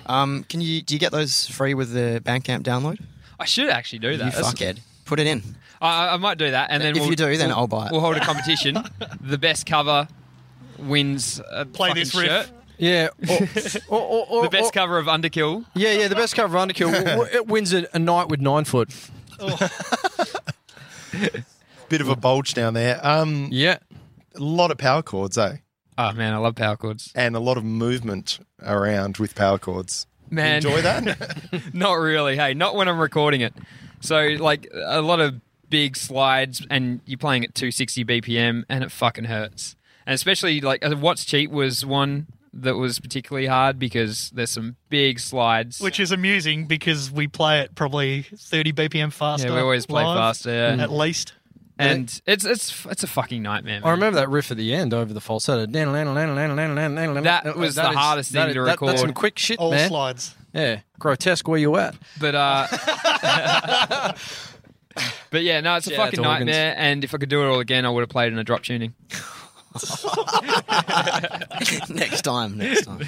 B: Um, can you do you get those free with the Bandcamp download?
E: I should actually do that.
B: You
E: That's-
B: fucked. Put it in.
E: I, I might do that, and then
B: If
E: we'll-
B: you do, then
E: we'll-
B: I'll buy it.
E: We'll hold a competition. the best cover wins. A
D: Play
E: fucking
D: this riff.
E: shirt.
C: Yeah. Or, or, or, or,
E: The best
C: or-
E: cover of Underkill.
C: yeah, yeah, the best cover of Underkill. W- w- it wins a, a night with nine foot.
F: bit of a bulge down there um
C: Yeah.
F: a lot of power chords eh
E: Oh man, I love power chords.
F: and a lot of movement around with power chords.
E: Man,
F: Enjoy that?
E: Not really. Hey, not when I'm recording it. So like a lot of big slides, and you're playing at 260 BPM, and it fucking hurts. And especially like uh, what's cheap was one that was particularly hard because there's some big slides.
D: Which is amusing because we play it probably 30 BPM faster.
E: yeah, we always play
D: live,
E: faster, yeah.
D: At least.
E: and it's it's it's a fucking nightmare. Man.
C: I remember that riff at the end over the falsetto. That
E: That was the hardest thing to
C: That's
E: record.
C: some quick shit,
D: All
C: man.
D: slides.
C: Yeah, grotesque where you at.
E: But uh, but yeah, no, it's a
C: Yeah,
E: fucking
C: it's organs.
E: nightmare. And if I could do it all again, I would have played in a drop tuning.
B: next time, next time.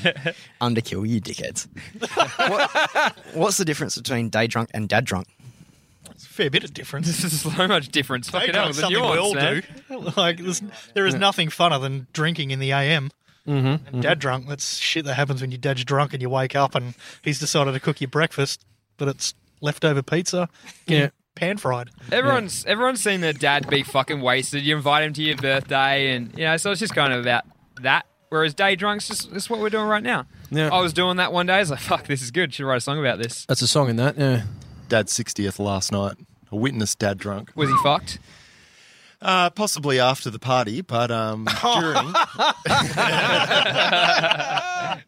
B: Underkill, you dickheads. what, what's the difference between day drunk and dad drunk?
D: It's a fair bit of difference.
E: This is so much difference. Fucking hell,
D: It's
E: the
D: something
E: nuance,
D: we all
E: man.
D: do. Like, there's, there is nothing funner than drinking in the AM. Mm-hmm. And dad drunk, that's shit that happens when your dad's drunk and you wake up and he's decided to cook you breakfast, but it's leftover pizza,
C: Yeah.
D: pan fried.
E: Everyone's everyone's seen their dad be fucking wasted. You invite him to your birthday, and you know, so it's just kind of about that. Whereas day drunks, just it's what we're doing right now.
C: Yeah.
E: I was doing that one day. I was like, "Fuck, this is good. Should write a song about this."
C: That's a song in that, yeah.
F: Dad's 60th last night. A witness dad drunk.
E: Was he fucked?
F: Uh, possibly after the party, but um, during.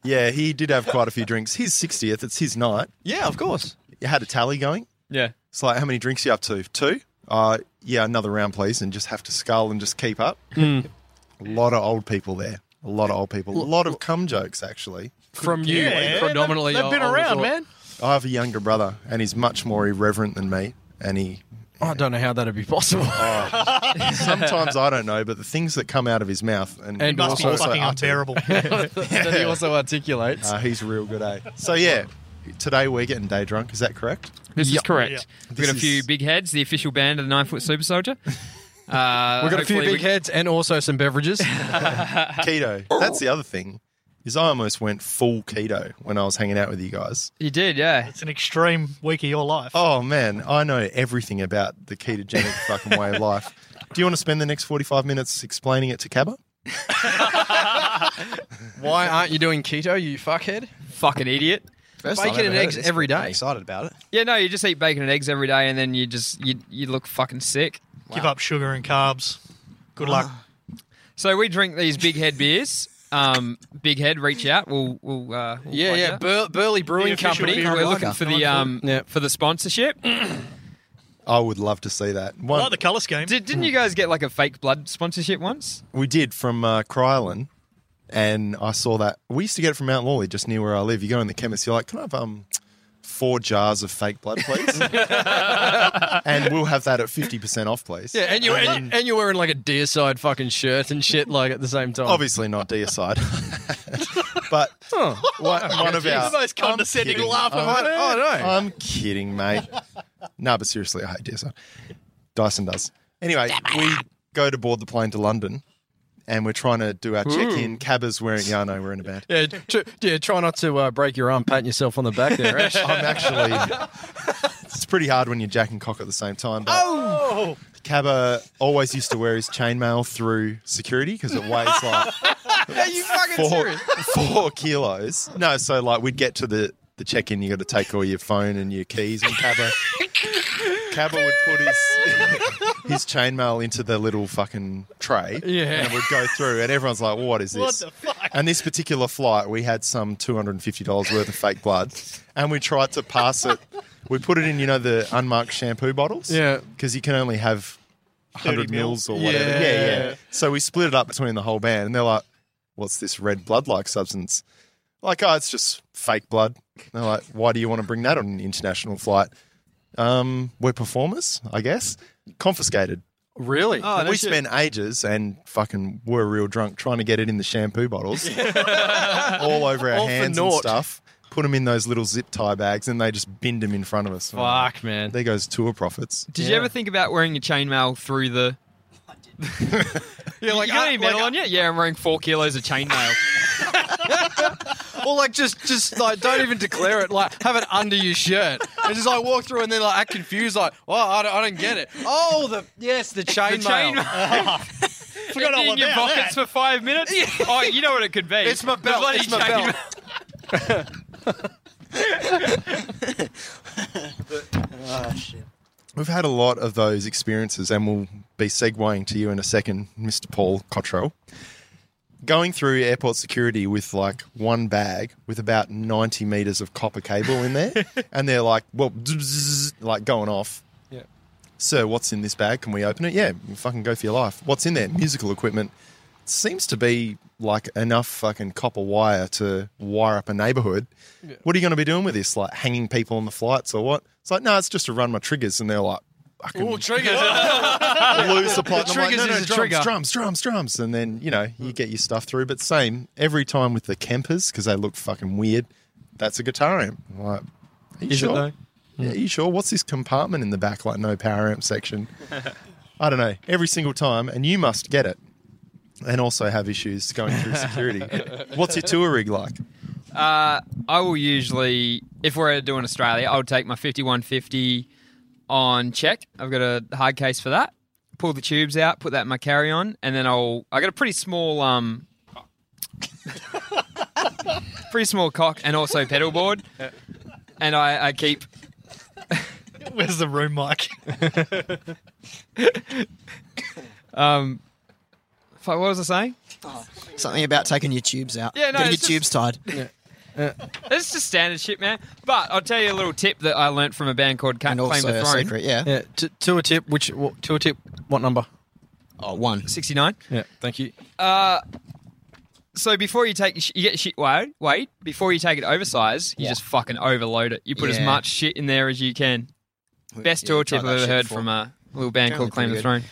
F: yeah, he did have quite a few drinks. His 60th, it's his night.
C: Yeah, of course.
F: You had a tally going.
E: Yeah.
F: It's like, how many drinks you up to? Two? Uh, yeah, another round, please, and just have to scull and just keep up. A lot of old people there. A lot of old people. A lot of cum jokes, actually.
C: From you,
D: Yeah,
C: predominantly.
D: They've been
C: I- I
D: around,
C: resort.
D: man.
F: I have a younger brother, and he's much more irreverent than me, and he
C: I don't know how that'd be possible.
F: Sometimes I don't know, but the things that come out of his mouth and,
C: And
D: Must be
C: Also
D: fucking
F: uttered,
D: unbearable.
C: that he also articulates.
F: Uh, he's real good, eh? So yeah, today we're getting day drunk. Is that correct?
E: This is correct.
D: Yeah.
E: We've
F: This
E: got a few
F: is-
E: big heads, the official band of the Nine Foot Super Soldier. Uh,
C: We've got a few
E: hopefully
C: big
E: we-
C: heads and also some beverages.
F: Keto. That's the other thing. Is I almost went full keto when I was hanging out with you guys.
E: You did, yeah.
D: It's an extreme week of your life.
F: Oh man, I know everything about the ketogenic fucking way of life. Do you want to spend the next forty-five minutes explaining it to Cabba?
C: Why aren't you doing keto, you fuckhead?
E: Fucking idiot.
B: First I've
C: Bacon
B: ever
C: and
B: heard
C: eggs
B: of this.
C: every
B: I'm
C: day.
B: excited about it.
E: Yeah, no, you just eat bacon and eggs every day, and then you just you you look fucking sick.
D: Give up sugar and carbs. Good luck.
E: So we drink these big head beers. Um, big head, reach out. We'll we'll, uh, we'll
C: Yeah,
E: plug you
C: yeah.
E: out.
C: Bur- Burley Brewing
D: official
C: Company.
D: beer
E: We're
D: Liquor.
E: looking for the um
C: Yeah.
E: for the sponsorship.
F: I would love to see that.
D: I
F: One,
D: like the colour scheme.
E: Did, didn't you guys get like a fake blood sponsorship once?
F: we did from uh, Crylan, and I saw that we used to get it from Mount Lawley, just near where I live. You go in the chemist, you're like, "Can I have um four jars of fake blood, please?" and we'll have that at fifty percent off, please.
C: Yeah, and you and, and you're wearing like a deicide fucking shirt and shit like at the same time.
F: Obviously not deicide, but one, one of our
D: the most
F: I'm
D: condescending
F: kidding.
D: laugh I've
F: I'm-
D: ever
C: Oh no.
F: I'm kidding, mate. no, but seriously, I hate DSR. Dyson does. Anyway, we go to board the plane to London and we're trying to do our check
D: Hmm.
F: in. Cabba's wearing, yeah, I know, we're in a band.
C: yeah, tr- yeah, try not to uh, break your arm patting yourself on the back there, Ash. Oh,
F: I'm actually, it's pretty hard when you're Jack and Cock at the same time. But
D: Oh,
F: Cabba always used to wear his chainmail through security because it weighs like
C: Are you fucking
F: four, four kilos. No, so like we'd get to the, the check in, you got to take all your phone and your keys, and Cabba, Cabba would put his his chainmail into the little fucking tray,
C: Yeah.
F: and we'd go through, and everyone's like, well, "What is
D: what
F: this?"
D: the fuck?
F: And this particular flight, we had some two hundred and fifty dollars worth of fake blood, and we tried to pass it. We put it in, you know, the unmarked shampoo bottles,
C: Yeah.
F: because you can only have 100
D: 30 mil.
F: mils or whatever. Yeah. yeah,
C: Yeah.
F: So we split it up between the whole band, and they're like, "What's this red blood-like substance?" Like, oh, it's just fake blood. And they're like, "Why do you want to bring that on an international flight?" Um, we're performers, I guess. Confiscated.
C: Really?
E: Oh, no
F: we
E: shit.
F: spent ages and fucking were real drunk trying to get it in the shampoo bottles, all over our
C: All for
F: hands and
C: naught.
F: stuff. Put them in those little zip tie bags, and they just binned them in front of us.
E: Fuck, man.
F: There goes tour profits.
E: Did you ever think about wearing your chainmail through the?
C: yeah, like,
E: Like, you got
C: uh,
E: any metal
C: like,
E: on you? Yeah, I'm wearing four kilos of chainmail.
C: Or like just just like don't even declare it. Like have it under your shirt and just like walk through and then like act confused. Like, oh, I don't, I don't get it. Oh, the yes, the
E: the
C: chainmail.
E: chainmail.
D: Forgot all
E: in your
D: about
E: pockets
D: that.
E: for five minutes. Oh, you know what it could be.
C: It's my
E: The
C: belt.
E: bloody
C: It's my
E: chainmail.
C: belt.
F: We've had a lot of those experiences, and we'll be segueing to you in a second, Mr. Paul Cottrell. Going through airport security with like one bag with about 90 meters of copper cable in there, and they're like, well, zzzz, like going off.
C: Yeah.
F: Sir, what's in this bag? Can we open it? Yeah, you fucking go for your life. What's in there? Musical equipment. Seems to be like enough fucking copper wire to wire up a neighborhood. What are you going to be doing with this? Like hanging people on the flights or what? It's like, no, it's just to run my triggers. And they're like, fucking
C: Oh, triggers.
F: lose the plot.
C: The
F: and I'm like,
C: triggers
F: no, no,
C: is a
F: drums,
C: trigger.
F: drums, drums, drums, and then you know you get your stuff through. But same every time with the Kempers because they look fucking weird. That's a guitar amp. I'm like, are you
C: Is it
F: sure?
C: though?
F: Yeah, are you sure? What's this compartment in the back? Like no power amp section. I don't know. Every single time, and you must get it. And also have issues going through security. What's your tour rig like?
E: Uh, I will usually, if we're doing Australia, I would take my 5150 on check. I've got a hard case for that. Pull the tubes out, put that in my carry on, and then I'll. I got a pretty small, um, pretty small cock, and also pedal board, and I, I keep.
D: Where's the room mic?
E: Um, fuck, what was I saying?
B: Something about taking your tubes out.
E: Yeah, no,
B: Getting your
E: it's
B: tubes tied.
E: It's just standard shit, man. But I'll tell you a little tip that I learnt from a band called Ca-
B: And
E: Claim
B: also a
E: the Throne.
B: secret, yeah.
C: Yeah, t- to a tip. Which what, to a tip? What number?
B: Oh, one.
E: 69.
C: Yeah, thank you.
E: Uh, so before you take your sh- you get your shit weighed, weighed before you take it oversized, you
B: Yeah.
E: just fucking overload it. You put as
B: Yeah.
E: much shit in there as you can. Best
B: Yeah,
E: tour
B: tried
E: tip I've
B: that
E: ever
B: shit
E: heard
B: before.
E: from a little band
B: Apparently
E: called Claim the
B: pretty
E: Throne.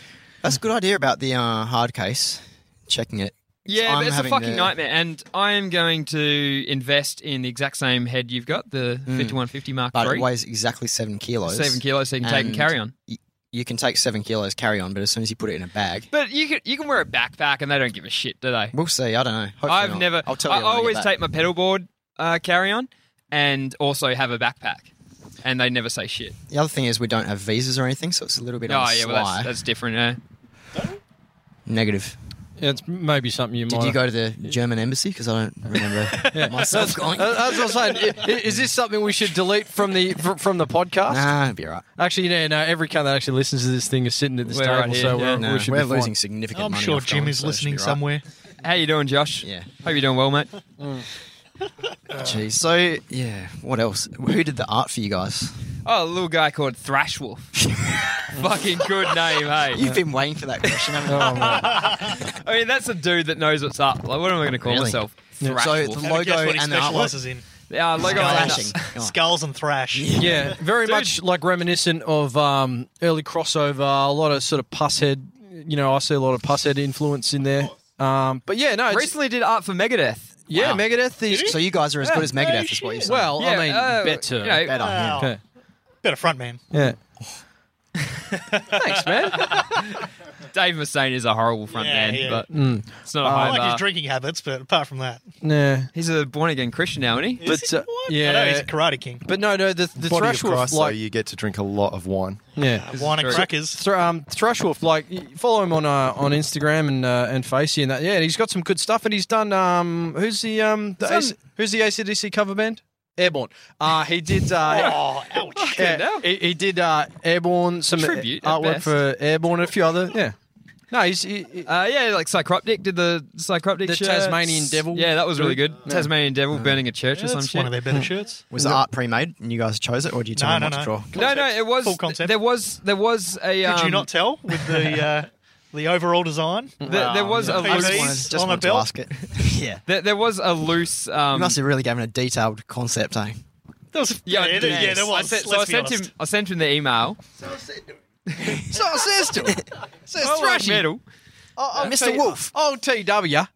B: That's a good idea about the uh, hard case. Checking it
E: Yeah,
B: I'm
E: but it's a
B: having
E: fucking
B: the-
E: nightmare, and I am going to invest in the exact same head you've got, the 5150 Mark
B: But it
E: III,
B: weighs exactly seven kilos.
E: seven kilos, so you can take and
B: And
E: carry on.
B: y- you can take seven kilos carry on, but as soon as you put it in a bag,
E: But you can you can wear a backpack, and they don't give a shit, do they?
B: we'll see. I don't know. Hopefully
E: I've
B: not.
E: never.
B: I'll tell you.
E: I
B: when I get
E: always
B: back.
E: take my pedal board uh, carry on, and also have a backpack, and they never say shit.
B: The other thing is we don't have visas or anything, so it's a little bit on
E: oh
B: the
E: yeah,
B: sly.
E: well that's, that's different. Yeah.
B: Negative.
C: It's maybe something you
B: Did
C: might.
B: you go to the German embassy? Because I don't remember myself going.
C: Uh, That's what I'm saying. I- i- Is this something we should delete from the fr- from the podcast?
B: Nah, it'd be all right.
C: Actually, no, no. Every cunt that actually listens to this thing is sitting at this
E: We're
C: table,
E: right here,
C: so
E: yeah.
C: we're,
B: No,
C: we should
B: we're
C: be fine.
B: losing significant
D: I'm
B: money.
D: sure
B: off
D: Jim
B: going,
D: is
B: so it should be
D: listening
B: right.
D: somewhere.
E: How you doing, Josh?
B: Yeah.
E: Hope you're doing well, mate.
C: Uh,
B: Jeez. So yeah, what else? Who did the art for you guys?
E: Oh, a little guy called Thrash Wolf. Fucking good name, hey.
B: You've been waiting for that question. haven't you?
C: uh, Oh, man.
E: I mean, that's a dude that knows what's up. Like, what am I going to call
B: Really?
E: myself? Thrash
B: So
E: Wolf.
B: the
D: Have a guess
B: logo
D: what he
B: and the artwork.
D: specialises in.
E: Yeah, logo and-
B: Thrashing. Come on.
D: Skulls and thrash.
C: yeah, very
E: Dude.
C: much like reminiscent of um, early crossover. A lot of sort of pusshead. You know, I see a lot of pusshead influence in there. Um, but yeah, no, it's,
E: Recently did art for Megadeth.
C: yeah,
B: Wow.
C: Megadeth is
B: So you guys are as good as Megadeth, is what you're saying.
C: well. uh, I mean,
E: uh,
C: better.
E: you know,
B: better. yeah.
D: Wow.
C: Okay.
D: Better front man.
C: Yeah.
E: Thanks, man. Dave Mustaine is a horrible front
D: Yeah,
E: man,
D: yeah.
E: but
B: Mm.
E: it's not a
D: I
E: high
D: like
E: bar.
D: his drinking habits, but apart from that,
C: Yeah.
E: He's a born again Christian now, isn't he?
C: But uh, yeah,
D: I know he's a karate king.
C: but no, no, the the
F: Body
C: thrash
F: of
C: wolf
F: Christ, though,
C: like
F: you get to drink a lot of wine.
C: yeah.
D: Wine and
E: true.
D: crackers.
C: Thr- um, Thrush Wolf, like y- follow him on uh, on Instagram and uh, and Facey and that. Yeah, he's got some good stuff, and he's done. Um, who's the um the
E: He's
C: AC, who's the ACDC cover band? Airborne. Uh, he did. Uh,
D: Oh, ouch.
C: yeah, he, he did uh, Airborne some
E: Tribute at
C: artwork
E: best.
C: for Airborne and a few other. Yeah, no, he's he, he-
E: Uh, yeah, like Psychroptic did the Psychroptic
C: The
E: shirts.
C: Tasmanian Devil.
E: Yeah, that was really good. Tasmanian Devil burning a church or some
D: That's
E: shit.
D: one of their
B: Hmm.
D: better shirts.
B: Was the art pre-made and you guys chose it, or did you tell them
D: No, no,
B: what
D: no.
B: to draw?
E: no, no, it was
D: Full concept.
E: There was there was a. Um,
D: Could you not tell with the uh, the overall design?
B: Hmm.
E: there, there was a
D: Wow.
E: loose
D: PVs
B: wanted-
D: on a
B: wanted
D: belt?
B: to ask it. yeah,
E: There, there was a loose.
B: you
E: Um,
B: must have really given a detailed concept,
D: Uh,
B: eh?
D: That was,
E: yeah,
D: yeah, there- yeah, there
E: I
D: was.
E: sent, so I
D: let's be
E: sent him.
D: honest.
E: I sent him the email.
C: so
E: Oh,
C: it says to him. It says
E: I like
C: Thrashy.
E: metal.
C: Oh,
B: Mr.
C: T-
B: Wolf.
C: Oh, TW.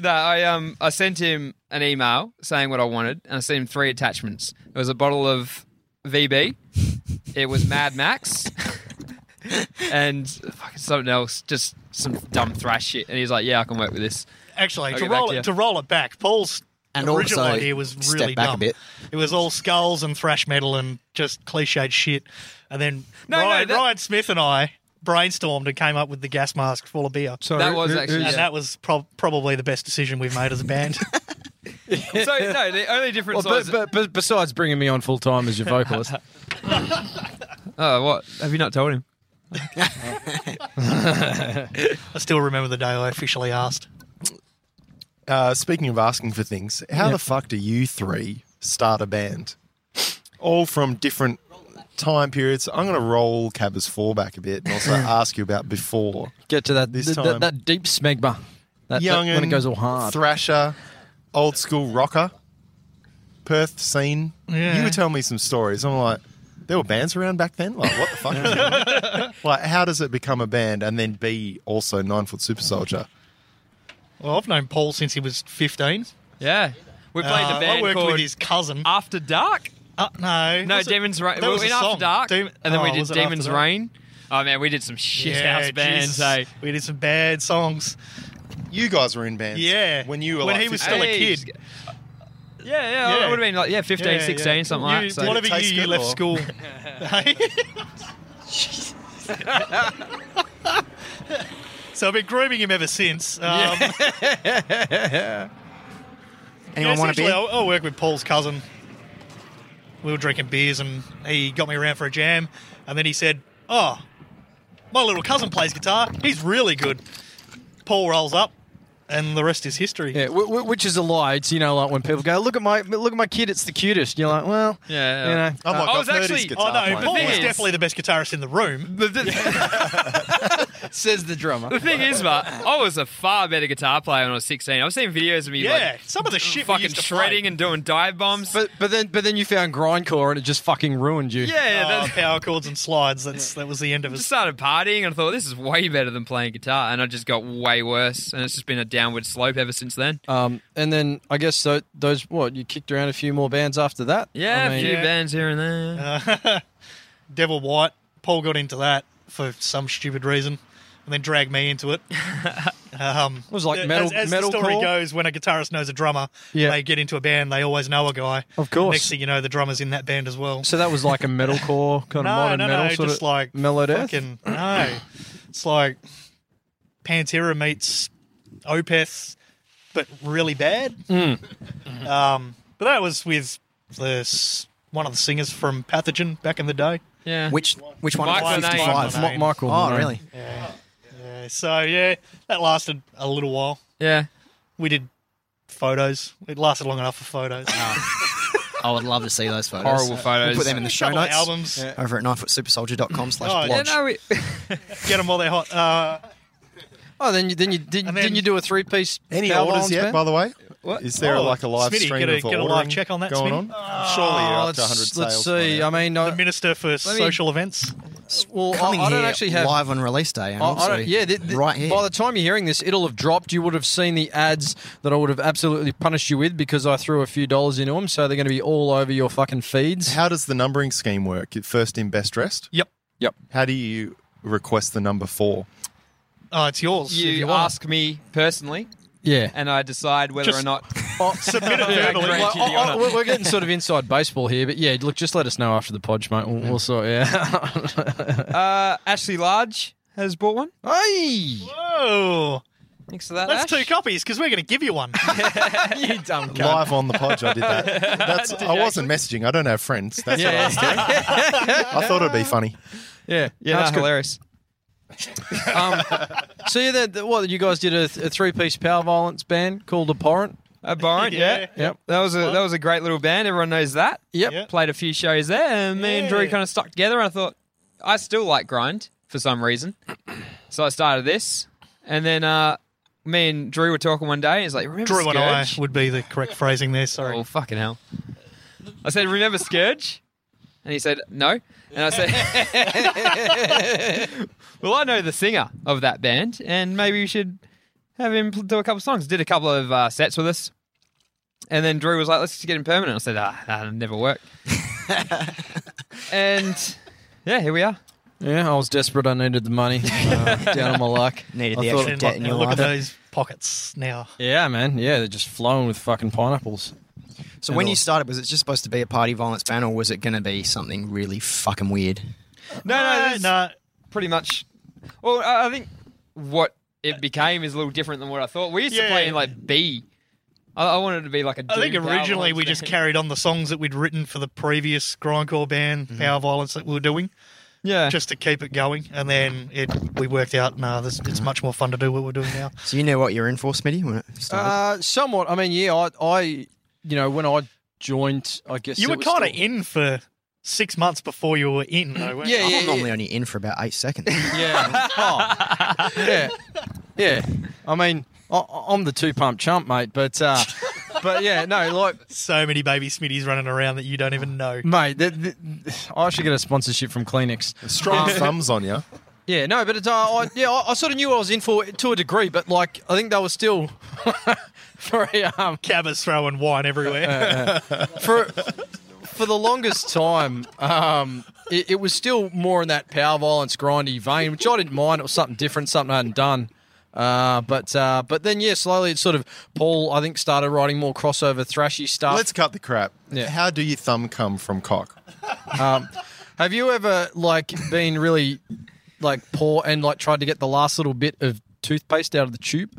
E: No, I um I sent him an email saying what I wanted, and I sent him three attachments. It was a bottle of VB, it was Mad Max, and fucking something else, just some dumb thrash shit. And he's like, "Yeah, I can work with this."
D: Actually,
E: I'll
D: to
E: get back
D: roll
E: to you.
D: it to roll it back, Paul's
B: And
D: original
B: also,
D: idea was
B: step
D: really
B: back a
D: dumb.
B: bit.
D: It was all skulls and thrash metal and just cliched shit. And then
E: No, no,
D: Ryan,
E: that-
D: Ryan Smith and I brainstormed and came up with the gas mask full of beer.
C: Sorry,
E: That was
C: who-
E: actually-
C: who's-
D: and that was prob probably the best decision we've made as a band.
E: So no, the only
C: Well,
E: difference was
C: but, but, but besides bringing me on full time as your vocalist,
E: oh, what have you not told him?
D: I still remember the day I officially asked.
F: Uh, speaking of asking for things, how the fuck do you three start a band? All from different time periods. I'm going to roll Cabba's fall back a bit and also ask you about before.
C: get to that
F: This
C: th- th-
F: time.
C: that deep smegma. That, that,
F: Young
C: when it goes all hard.
F: Thrasher, old school rocker, Perth scene.
D: Yeah.
F: You were telling me some stories. I'm like, there were bands around back then. Like, what the fuck? is going on? like, how does it become a band and then be also nine foot super soldier?
D: Well, I've known Paul since he was 15.
E: Yeah, we played
D: Uh,
E: a
D: I
E: band
D: worked with
E: called
D: his cousin.
E: After Dark.
D: Uh, no.
E: No,
D: was it-
E: Demons Rain.
D: there
E: We
D: was
E: went
D: a
E: After
D: song.
E: Dark,
D: Dem-
E: and then we
D: oh,
E: did
D: was it After
E: Demons
D: Dark?
E: Rain. Oh man, we did some shit
D: Yeah,
E: house bands.
D: Jesus.
E: Hey.
D: We did some bad songs.
F: You guys were in bands.
D: Yeah.
F: When you were
D: When
F: like
D: he was
F: 15.
D: still a
E: Hey,
D: kid.
E: Yeah, yeah,
D: Yeah.
E: it would have been like yeah, 15,
D: Yeah, yeah.
E: 16, something like
D: You-
E: that. So.
F: what if-
D: Whatever
F: Taste
D: year you
F: good
D: left
F: or-
D: school. so I've been grooming him ever since. Um, yeah.
B: Anyone want to
D: essentially,
B: be?
D: I, I work with Paul's cousin. We were drinking beers and he got me around for a jam. And then he said, Oh, my little cousin plays guitar. He's really good. Paul rolls up and the rest is history.
C: Yeah, w- w- which is a lie. It's you know like when people go, look at my look at my kid, it's the cutest. You're like, well,
E: Yeah, yeah.
C: you know,
F: Oh
D: Um,
F: my
E: I
F: God,
E: was
F: Purdy's
E: actually-
F: guitar
D: Oh, no,
F: playing.
D: Paul was
E: is-
D: definitely the best guitarist in the room.
E: The- the-
C: says the drummer.
E: The thing is, but I was a far better guitar player when I was 16. I've seen videos of me
D: Yeah,
E: like
D: some of the shit we
E: fucking
D: used to
E: shredding
D: play.
E: and doing dive bombs.
C: But but then but then you found grindcore and it just fucking ruined you.
E: yeah, yeah,
D: Oh,
E: that's-
D: power chords and slides. That's that was the end of
E: I just
D: us.
E: started partying and I thought this is way better than playing guitar, and I just got way worse, and it's just been a downward slope ever since then.
C: Um, and then I guess so. Those what you kicked around a few more bands after that.
E: Yeah,
C: I mean,
E: a few
D: yeah.
E: bands here and there.
D: Devil White. Paul got into that for some stupid reason, and then dragged me into it. Um, it
C: was like metal-
D: As, as
C: metal
D: the story
C: core?
D: goes, when a guitarist knows a drummer,
C: Yeah.
D: they get into a band. They always know a guy.
C: Of course.
D: Next thing you know, the drummer's in that band as well.
C: So that was like a metalcore kind of modern
D: no,
C: metal
D: no,
C: sort
D: just
C: of
D: like
C: mellow death.
D: fucking no. It's like Pantera meets Opeth, but really bad.
C: Mm.
D: Um, but that was with this one of the singers from Pathogen back in the day.
E: Yeah.
B: Which which one?
E: Michael
B: Fifty
E: Lane.
B: five.
D: Michael Lane.
C: Mi- Michael.
B: Oh,
C: Malone.
B: really?
D: Yeah, so yeah, that lasted a little while.
E: yeah.
D: We did photos. It lasted long enough for photos.
C: Ah.
B: I would love to see those photos.
E: Horrible
B: We'll
E: photos.
B: put them in the
D: A
B: show
D: couple of
B: notes
D: albums.
B: over at knifefootsupersoldier.com slash
D: Oh, yeah,
E: Yeah,
B: blog.
E: no, we,
D: Get them while they're hot. Uh,
C: Oh, then you then you did,
D: And
C: not
D: then-
C: didn't you do a three piece?
F: Any orders yet, by the way? Is there
D: Oh,
F: like a live
D: Smitty,
F: stream
D: get a-
F: of
D: get a live
F: ordering
D: check on that,
F: going
D: Smitty? Oh,
F: on? Surely you're up
C: Oh, let's,
F: to 100 sales.
C: let's
F: by
C: see.
F: now.
C: I mean, I,
D: the minister for
C: Uh, me-
D: social events.
C: well, I,
B: Coming
C: I don't
B: here
C: actually have.
B: live on release day. And
C: I, I
B: also
C: don't, yeah, th- th-
B: right here.
C: By the time you're hearing this, it'll have dropped. You would have seen the ads that I would have absolutely punished you with because I threw a few dollars into them. So they're going to be all over your fucking feeds.
F: How does the numbering scheme work? First in, best dressed?
E: yep. Yep.
F: How do you request the number four?
D: Oh, it's yours.
E: You,
D: if you want.
E: ask me personally,
C: Yeah,
E: and I decide whether
D: Just- oh,
E: or not.
D: submit it
E: Yeah,
D: verbally. oh,
E: great.
C: Well,
E: to the
C: I- I-
E: honour.
C: we're- we're getting sort of inside baseball here, but yeah, look, just let us know after the podge, mate. We'll, we'll sort. Yeah.
D: oh,
E: Uh, Ashley Large has bought one.
C: hey,
D: Whoa.
E: Thanks for that.
D: That's
E: Ash.
D: Oh, two copies because we're going to give you one.
E: you dumb cunt. Ah,
F: Live on the podge, I did that. That's, I wasn't messaging. I don't have friends. That's what I was doing. I thought it'd be funny.
C: yeah, yeah,
E: Yeah,
C: that's
E: no,
C: good.
E: hilarious.
C: Um, so yeah, that, that- what you guys did a, th- a three-piece power violence band called Abhorrent.
E: Abhorrent, yeah.
D: Yeah.
C: Yep.
E: That was a that was a great little band. Everyone knows that.
C: Yep.
D: Yeah.
E: Played a few shows there, and me and Drew
D: Yeah.
E: kind of stuck together. And I thought I still like grind for some reason, so I started this. And then uh, me and Drew were talking one day. And he's like, "Remember
D: Drew and I
E: Scourge?"
D: would be the correct phrasing there. Sorry.
E: Oh fucking hell! I said, "Remember Scourge?" And he said, "No." And I said, "Well, I know the singer of that band, and maybe we should have him pl- do a couple songs." Did a couple of uh, sets with us, and then Drew was like, "Let's just get him permanent." I said, "Ah, that'll never work." and yeah, here we are.
C: Yeah, I was desperate. I needed the money. Uh, down on my luck.
B: Needed
C: I
B: the
C: thought-
B: extra
D: And
B: debt
D: look,
B: in your
D: look
B: life.
D: at those pockets now.
C: Yeah, man. Yeah, they're just flowing with fucking pineapples.
B: So when
C: all.
B: you started, was it just supposed to be a party violence ban, or was it going to be something really fucking weird?
E: No, no, this is
D: no.
E: pretty much. Well, I I think what it became is a little different than what I thought. We used to
D: Yeah.
E: play in like B. I, I wanted to be like a.
D: I think
E: doom power
D: originally we
E: violence
D: just
E: band.
D: carried on the songs that we'd written for the previous grindcore band, Power Violence, that we were doing,
E: Yeah.
D: just to keep it going. And then it we worked out, no, this, it's much more fun to do what we're doing now.
B: So you knew what you were in for, Smitty, when it started.
C: Uh, somewhat. I mean, yeah, I, I, you know, when I joined, I guess
D: You
C: it
D: were
C: was
D: kind of
C: still-
D: in for six months before you were in, though, weren't
C: Yeah,
D: you?
C: yeah,
B: I'm
C: yeah.
B: normally only in for about eight seconds.
C: Yeah. Oh. Yeah. Yeah. I mean, I, I'm the two pump chump, mate. But uh, but yeah, no, like,
D: So many baby Smitties running around that you don't even know.
C: mate, th th I should get a sponsorship from Kleenex.
F: Strong thumbs on you.
C: Yeah, no, but it's, uh, I, yeah, I, I sort of knew what I was in for to a degree, but like, I think they were still very um,
D: Cabba's throwing wine everywhere.
B: Uh,
C: for for the longest time, um, it, it was still more in that power violence grindy vein, which I didn't mind. It was something different, something I hadn't done. Uh, but uh, but then yeah, slowly it sort of Paul I think started writing more crossover thrashy stuff.
F: Let's cut the crap.
C: uh, Yeah.
F: How do your thumb come from cock?
C: Have you ever like been really like poor and like tried to get the last little bit of toothpaste out of the tube?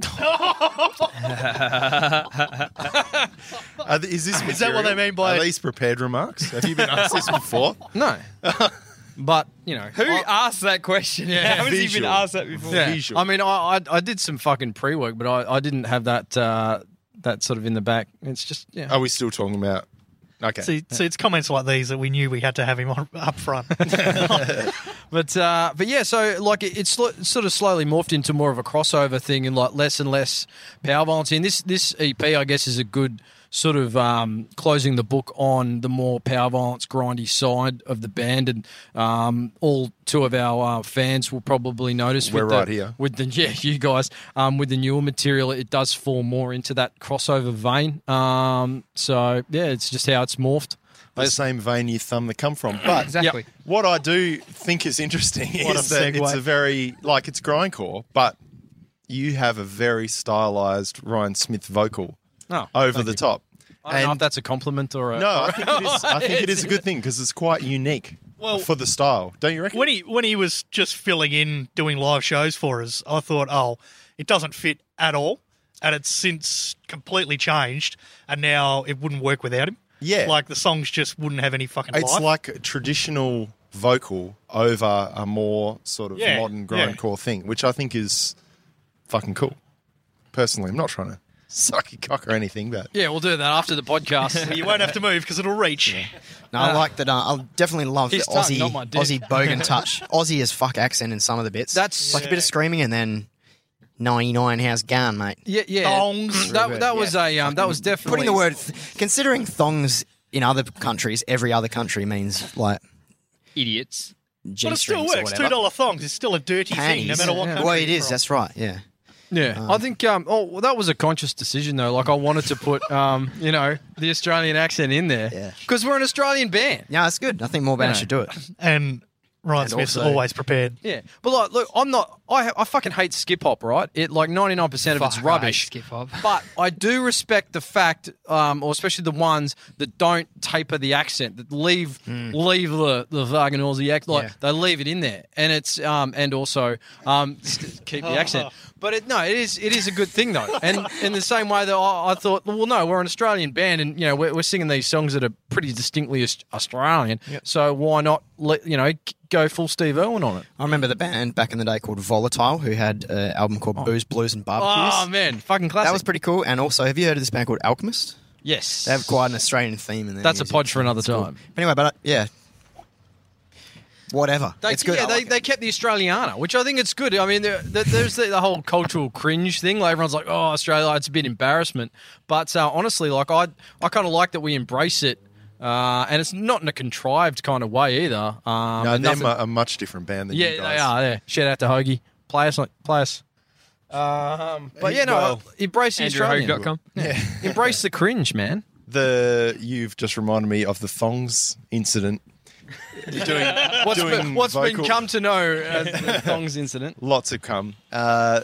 F: Are th- is this
D: Is that what
F: material?
D: they mean by-
F: Are these prepared remarks? Have you been asked this before?
C: No, but you know
E: Who asked that question? How has he been
F: Visual.
E: asked that before?
C: Yeah.
F: Visual.
C: I mean, I, I I did some fucking pre work, but I, I didn't have that uh, that sort of in the back. It's just yeah.
F: Are we still talking about Okay.
D: See, see, it's comments like these that we knew we had to have him on up front.
C: But uh, but yeah, so like it, it's sl- sort of slowly morphed into more of a crossover thing and like less and less power violence. And this this EP, I guess, is a good sort of um, closing the book on the more power violence grindy side of the band. And um, all two of our uh, fans will probably notice.
F: We're
C: with the-
F: right here.
C: with the yeah you guys um, with the newer material it does fall more into that crossover vein um, so yeah it's just how it's morphed
F: the same vein you thumb the come from. But
E: Exactly.
F: what I do think is interesting
D: What a
F: is that it's
D: segue.
F: a very like it's grindcore, but you have a very stylized Ryan Smith vocal
C: Oh,
F: over
C: thank
F: the
C: you.
F: top.
C: I don't know if that's a compliment or a
F: no, I think it is. I think it is a good thing because it's quite unique
D: Well-
F: for the style, don't you reckon?
D: when he when he was just filling in doing live shows for us, I thought, oh, it doesn't fit at all, and it's since completely changed, and now it wouldn't work without him.
F: Yeah.
D: like the songs just wouldn't have any fucking
F: It's
D: life.
F: like a traditional vocal over a more sort of
D: Yeah,
F: modern
D: yeah.
F: grindcore thing, which I think is fucking cool. Personally, I'm not trying to suck your cock or anything, but
C: yeah we'll do that after the podcast
D: you won't have to move because it'll reach.
B: No, I like that. Uh, I definitely love the
C: His tongue,
B: Aussie
C: not my dick.
B: Aussie bogan touch. Aussie as fuck accent in some of the bits.
C: That's-
B: like a bit
D: Yeah.
B: of screaming and then ninety nine. How's gone, mate?
C: yeah yeah
D: Thongs.
C: that, that was a um, that was definitely
B: Putting the word th- considering thongs in other countries, every other country means like
E: Idiots.
B: g
D: But it still
B: strings or
D: works. Two
B: whatever.
D: dollar thongs is still a dirty thing, no
B: Panties.
D: matter what. Country
B: well, it
D: you're
B: is.
D: from.
B: That's right. Yeah.
C: yeah I think um, oh well, that was a conscious decision though like I wanted to put um, you know the Australian accent in
B: Yeah.
C: there because we're an Australian band
B: Yeah, that's good. I think more bands
C: No.
B: should do it.
D: and Ryan Smith's
B: also-
D: always prepared.
C: Yeah, but like, look, I'm not. I I fucking hate skip hop, right? It like 99 percent of it's
E: Fuck, I hate
C: rubbish.
E: skip hop.
C: but I do respect the fact, um, or especially the ones that don't taper the accent, that leave leave the the fucking Aussie act, like
B: Hmm. Yeah.
C: they leave it in there, and it's um and also um s- keep the accent. But it, no, it is it is a good thing though, and in the same way that I, I thought, well, no, we're an Australian band, and you know we're, we're singing these songs that are pretty distinctly Aus- Australian, so why not let you know g- go full Steve Irwin on it?
B: I remember the band back in the day called Volatile, who had an album
D: Oh.
B: called Booze, Blues, and Barbecues.
C: Oh man, fucking classic.
B: that was pretty cool. And also, have you heard of this band called Alchemist?
C: yes.
B: They have quite an Australian theme in there.
C: That's a pod for another time.
B: Anyway, but uh, yeah, whatever.
C: They,
B: it's good.
C: Yeah,
B: I
C: they,
B: like it.
C: they kept the Australiana, which I think it's good. I mean, there, there, there's the, the whole cultural cringe thing. Like everyone's like, "Oh, Australia," it's a bit embarrassment. But uh, honestly, like I, I kind of like that we embrace it, uh, and it's not in a contrived kind of way either. Um,
F: no,
C: and
F: they're
C: nothing-
F: mu- a much different band than
C: yeah,
F: you
C: they
F: guys.
C: are. Yeah. Shout out to Hoagie, play us, like, play us. Um, but yeah, no,
F: Well,
C: embrace the Australian.
E: AndrewHogue.com.
C: embrace the cringe, man.
F: The you've just reminded me of the thongs incident. You're doing
C: What's
F: doing
C: been, what's been
F: vocal-
C: come to know as the Thongs incident?
F: Lots have come. Uh,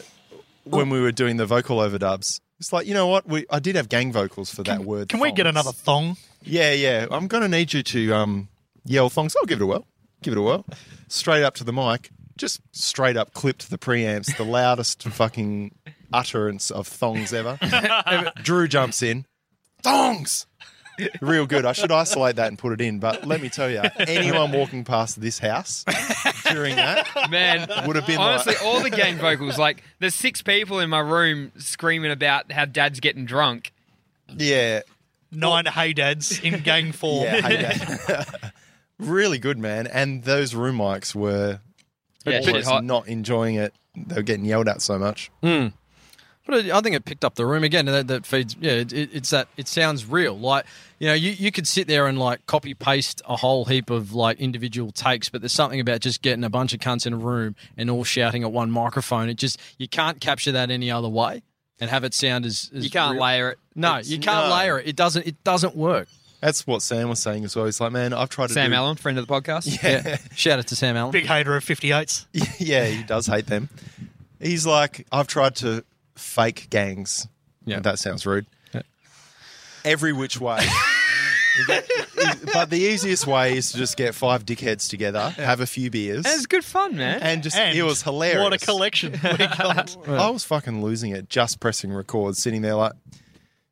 F: when we were doing the vocal overdubs, it's like you know what we I did have gang vocals for that word.
D: Can we get
F: thongs.
D: another thong?
F: Yeah, yeah. I'm going to need you to um, yell thongs. I'll give it a whirl. Give it a whirl. Straight up to the mic. Just straight up clipped the preamps, the loudest fucking utterance of thongs ever. Drew jumps in. Thongs! Real good. I should isolate that and put it in. But let me tell you, anyone walking past this house during that
E: Man,
F: would have been
E: honestly,
F: like,
E: all the gang vocals, like there's six people in my room screaming about how dad's getting drunk.
F: yeah,
D: Nine hey dads in gang form.
F: yeah, hate that. really good, man. And those room mics were
E: Yeah, shit
F: always
E: hot.
F: not enjoying it. They were getting yelled at so much.
C: But it, I think it picked up the room again. That, that feeds, yeah. It, it, it's that it sounds real. Like you know, you, you could sit there and like copy paste a whole heap of like individual takes, but there's something about just getting a bunch of cunts in a room and all shouting at one microphone. It just you can't capture that any other way and have it sound as, as
E: You can't
C: real.
E: layer it.
C: No, you can't
F: no.
C: layer it. It doesn't. It doesn't work.
F: That's what Sam was saying as well. He's like, man, I've tried to
E: Sam
F: do-
E: Allen, friend of the podcast.
C: Yeah. Shout out to Sam Allen.
D: Big hater of 58s.
F: yeah, he does hate them. He's like, I've tried to fake gangs.
C: Yeah.
F: that sounds rude. Every which way. but the easiest way is to just get five dickheads together, have a few beers,
E: It's good fun, man.
F: and just
D: And
F: it was hilarious.
D: What a collection. we got.
F: I was fucking losing it just pressing record, sitting there like,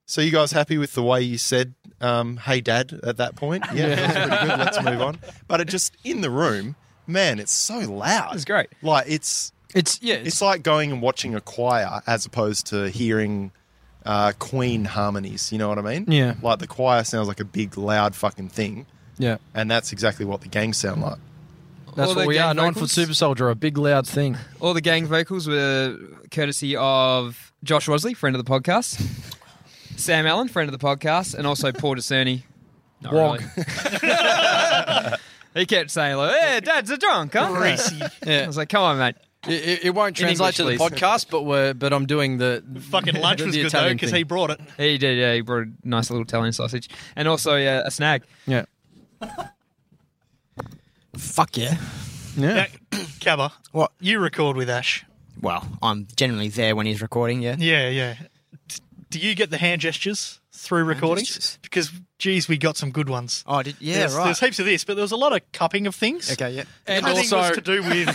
F: so you guys happy with the way you said, um, hey dad at that point? Yeah, that's pretty good. Let's move on. But it just, in the room, man, it's so loud.
E: It's great.
F: Like, it's,
C: It's yeah.
F: it's like going and watching a choir as opposed to hearing uh, Queen harmonies. You know what I mean?
C: Yeah.
F: Like the choir sounds like a big, loud fucking thing,
C: Yeah.
F: and that's exactly what the gangs sound like.
C: That's
E: All
C: what
E: the
C: we
E: gang
C: are. Nine foot
E: vocals?
C: super soldier, a big loud thing.
E: All the gang vocals were courtesy of Josh Rosley, friend of the podcast, Sam Allen, friend of the podcast, and also Paul Discerni. Not
C: Wog.
E: really. he kept saying, like, hey, dad's a drunk, huh?
D: Greasy.
E: I was like, come on, mate.
C: It, it, it won't
E: In
C: translate to the
E: English, please.
C: podcast, but we're but I'm doing the
D: Fucking lunch
C: the-
D: was
C: the
D: good though
C: Italian
D: because
C: thing.
D: he brought it.
E: He did, yeah, he brought a nice little Italian sausage. And also yeah, a snag.
C: yeah
B: Fuck yeah.
C: yeah.
D: Yeah, Cabba.
B: What?
D: You record with Ash.
B: Well, I'm generally there when he's recording, yeah.
D: Yeah, yeah. D- Do you get the hand gestures through recordings?
B: gestures?
D: Because geez, we got some good ones.
B: Oh, I did, yeah,
D: there's,
B: right.
D: There's heaps of this, but there was a lot of cupping of things.
B: okay, yeah.
C: And
D: Cupping
C: also,
D: was to do with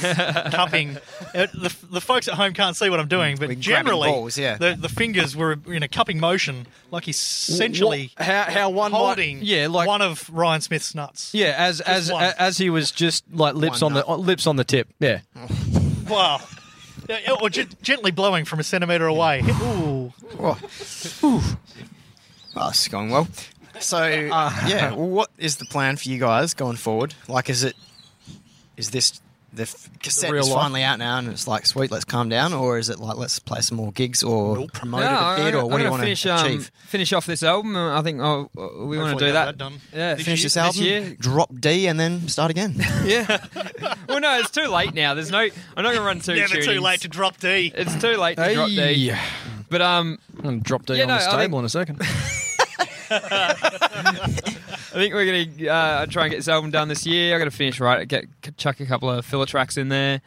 D: cupping. Uh, The, the folks at home can't see what I'm doing, but
B: We're Mm, grabbing
D: generally,
B: balls, yeah.
D: the, the fingers were in a cupping motion, like essentially
C: Wha- how, how one might-
D: holding
C: yeah, like
D: one of Ryan Smith's nuts.
C: yeah, as as
D: one.
C: a- as he was just like lips
B: One
C: on the lips on the tip. Yeah,
D: Wow. Yeah, Or g- gently blowing from a centimetre away. Ooh.
B: Oh, it's going well. So,
C: Uh,
B: yeah, well, what is the plan for you guys going forward? Like, is it, is this, the f- cassette
C: real
B: is
C: life?
B: finally out now and it's like, sweet, let's calm down? Or is it like, let's play some more gigs or promote
E: No,
B: it a bit?
E: I'm,
B: Or what do you
E: I'm
B: want to
E: gonna finish, um,
B: achieve?
E: finish off this album. I think oh, we want to
D: Hopefully
E: do
D: have
E: that.
D: done.
E: Yeah,
B: Finish this
E: this
B: album,
E: year.
B: drop D, and then start again.
E: Yeah. well, no, it's too late now. There's no. I'm not gonna run two.
D: Never too
E: tunings.
D: late to drop D.
E: It's too late to drop D.
C: Hey.
E: But um,
C: I'm gonna drop D
E: Yeah,
C: on
E: no,
C: this
E: I
C: table
E: think-
C: in a second.
E: I think we're gonna uh, try and get this album done this year. I gotta finish right. Get chuck a couple of filler tracks in there.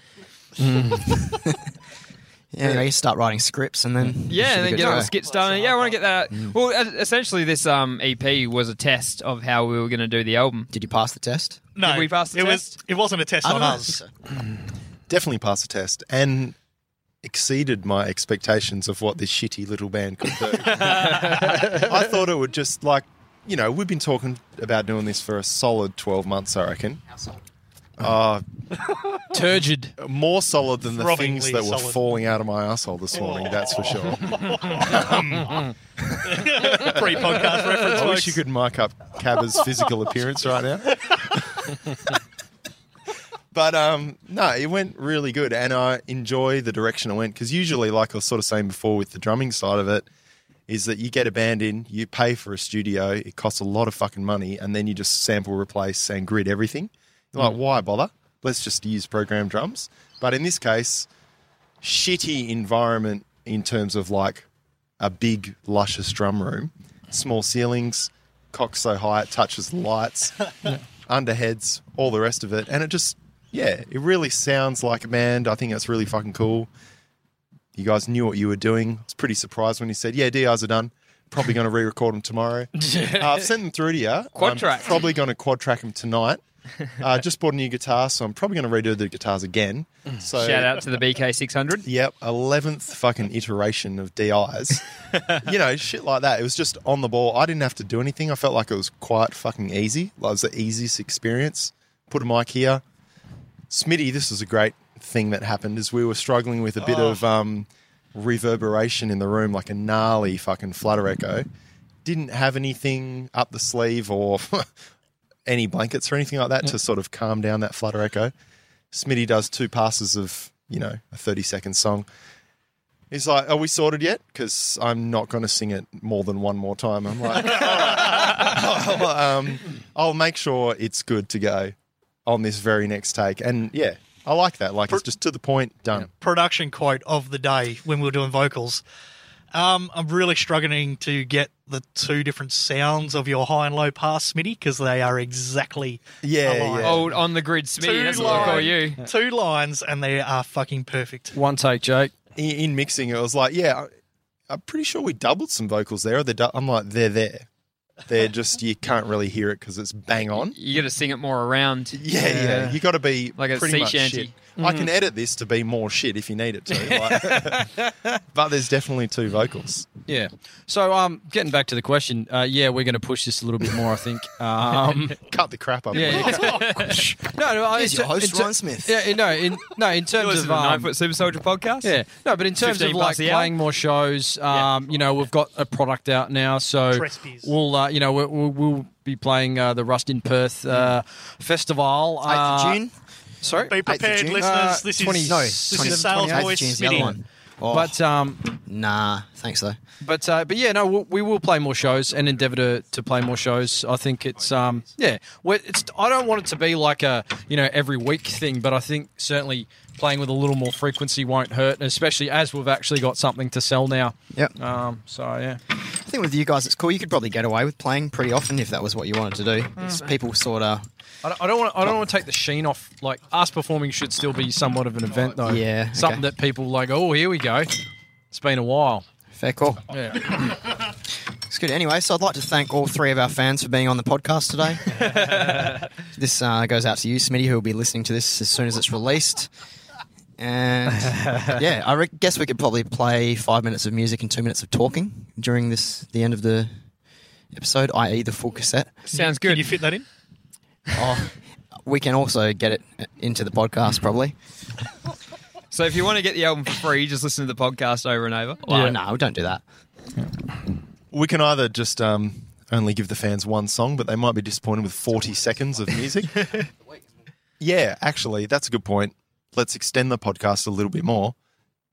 B: Yeah, you start writing scripts and then you should
E: Yeah, and
B: be
E: then
B: good
E: get
B: to
E: all
B: go.
E: the skits done. Yeah, I want to get that. Out. Well, es- essentially, this um EP was a test of how we were gonna do the album.
B: Did you pass the test?
D: No,
E: Did we pass the
D: it
E: test?
D: Was, it wasn't a test
B: I
D: on
B: don't know.
D: us.
F: Definitely passed the test and exceeded my expectations of what this shitty little band could do. I thought it would just like, you know, we've been talking about doing this for a solid twelve months, I reckon. Uh,
C: Turgid.
F: more solid than the
D: Throbbingly
F: things that were
D: solid.
F: falling out of my asshole this morning. That's for sure.
D: Pre-podcast reference.
F: I
D: folks.
F: wish you could mic up Cabba's physical appearance right now. but um, no, it went really good, and I enjoy the direction it went because usually, like I was sort of saying before, with the drumming side of it, is that you get a band in, you pay for a studio, it costs a lot of fucking money, and then you just sample, replace, and grid everything. You're like, why bother? Let's just use program drums. But in this case, shitty environment in terms of like a big, luscious drum room, small ceilings, cock so high it touches the lights, underheads, all the rest of it. And it just, yeah, it really sounds like a band. I think that's really fucking cool. You guys knew what you were doing. I was pretty surprised when you said, yeah, DRs are done. Probably going to re record them tomorrow. Uh, I've sent them through to you.
E: Quad
F: I'm
E: track.
F: Probably going to quad track them tonight. Uh, just bought a new guitar, so I'm probably going to redo the guitars again. So
E: Mm. Shout out to the BK 600.
F: Yep, eleventh fucking iteration of DIs. you know, shit like that. It was just on the ball. I didn't have to do anything. I felt like it was quite fucking easy. Like, it was the easiest experience. Put a mic here. Smitty, this was a great thing that happened. Is we were struggling with a bit of um, reverberation in the room, like a gnarly fucking flutter echo. Didn't have anything up the sleeve or any blankets or anything like that to sort of calm down that flutter echo. Smitty does two passes of, you know, a 30 second song. He's like, Are we sorted yet? Because I'm not going to sing it more than one more time. I'm like, "All right. I'll, um, I'll make sure it's good to go on this very next take. And yeah, I like that. Like, it's just to the point, done.
D: Production quote of the day when we were doing vocals. Um, I'm really struggling to get the two different sounds of your high and low pass, Smitty, because they are exactly
F: Yeah,
D: aligned.
F: yeah.
E: Old on the grid Smitty.
D: Two
E: That's what I call
D: line-
E: you.
D: Two lines, and they are fucking perfect.
C: One take, Jake.
F: In, in mixing, it was like, Yeah, I, I'm pretty sure we doubled some vocals there. Or they du- I'm like, They're there. They're just you can't really hear it because it's bang on.
E: You got to sing it more around.
F: Yeah, yeah. You got to be
E: Like a
F: pretty
E: sea
F: much
E: shanty. Mm.
F: shit. I can edit this to be more shit if you need it to. like- but there's definitely two vocals.
C: Yeah. So, um, getting back to the question, uh, yeah, we're going to push this a little bit more, I think. Um,
F: Cut the crap up.
C: yeah. no, no, I-
B: Here's your
C: in-
B: host,
C: in ter-
B: Ryan Smith.
C: Yeah, no, in, no, in
E: You
C: terms
E: listen
C: of
E: to the Nine
C: um,
E: Foot Super Soldier podcast.
C: yeah, no, but in terms of
E: 15
C: like
E: past the hour.
C: playing more shows, um, you know, we've got a product out now, so
D: Crespies.
C: we'll, uh, you know, we'll, we'll, we'll be playing uh, the Rust in Perth uh, festival.
B: Mm. Eighth
C: uh,
B: of June.
C: Sorry,
D: Be prepared,
B: June.
D: listeners.
C: Uh,
D: this
C: 20
D: is
B: No,
D: this
B: twenty-
D: is sales
B: 28th of
D: voice
B: June's the other
D: mini.
B: one. Oh,
C: but um,
B: nah, thanks though.
C: But uh, but yeah, no, we'll, we will play more shows and endeavour to, to play more shows. I think it's um yeah, we're, it's I don't want it to be like a you know every week thing, but I think certainly playing with a little more frequency won't hurt, especially as we've actually got something to sell now.
B: Yep.
C: Um. So yeah.
B: I think with you guys, it's cool. You could probably get away with playing pretty often if that was what you wanted to do. It's people sort of,
C: I don't- I don't want. I don't want to take the sheen off. Like us performing should still be somewhat of an event, though.
B: Yeah, okay.
C: Something that people like. Oh, here we go. It's been a while.
B: fair call.
C: Yeah.
B: It's good. Anyway, so I'd like to thank all three of our fans for being on the podcast today. this uh, goes out to you, Smitty, who will be listening to this as soon as it's released. And yeah, I re- guess we could probably play five minutes of music and two minutes of talking during this the end of the episode, i.e., the full cassette.
E: Sounds
D: Can
E: good.
D: you fit that in?
B: Oh, we can also get it into the podcast, probably.
E: So if you want to get the album for free, just listen to the podcast over and over.
B: Well,
C: Yeah.
B: no, we don't do that.
F: We can either just um, only give the fans one song, but they might be disappointed with 40 seconds of music. yeah, actually, that's a good point. Let's extend the podcast a little bit more.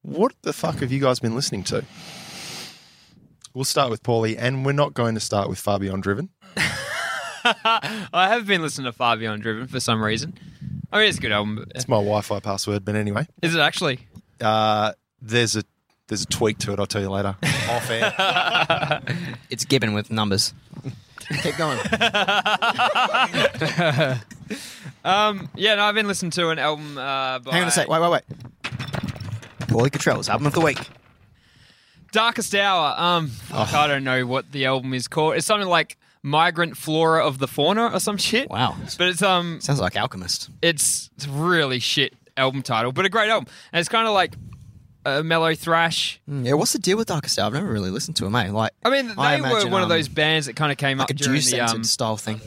F: What the fuck have you guys been listening to? We'll start with Paulie, and we're not going to start with Far Beyond Driven.
E: I have been listening to Far Beyond Driven for some reason. I mean, it's a good album. But
F: It's my Wi Fi password, but anyway.
E: is it actually?
F: Uh, there's a there's a tweak to it. I'll tell you later. Off air.
B: It's Gibbon with numbers. Keep going.
E: Um, yeah, no, I've been listening to an album uh, by
B: Hang on a sec. Wait, wait, wait. Paulie Cottrell's album of the week.
E: Darkest Hour. Um, fuck,
B: Oh.
E: I don't know what the album is called. It's something like Migrant Flora of the Fauna or some shit.
B: Wow.
E: But it's um,
B: Sounds like Alchemist.
E: it's it's a really shit album title, but a great album. And it's kind of like a mellow thrash.
B: Yeah, what's the deal with Darkest Hour? I've never really listened to him, eh? Like,
E: I mean, they
B: I
E: were
B: imagine,
E: one of
B: um,
E: those bands that kind of came
B: like
E: up
B: a
E: during
B: juice
E: the um,
B: scented style thing.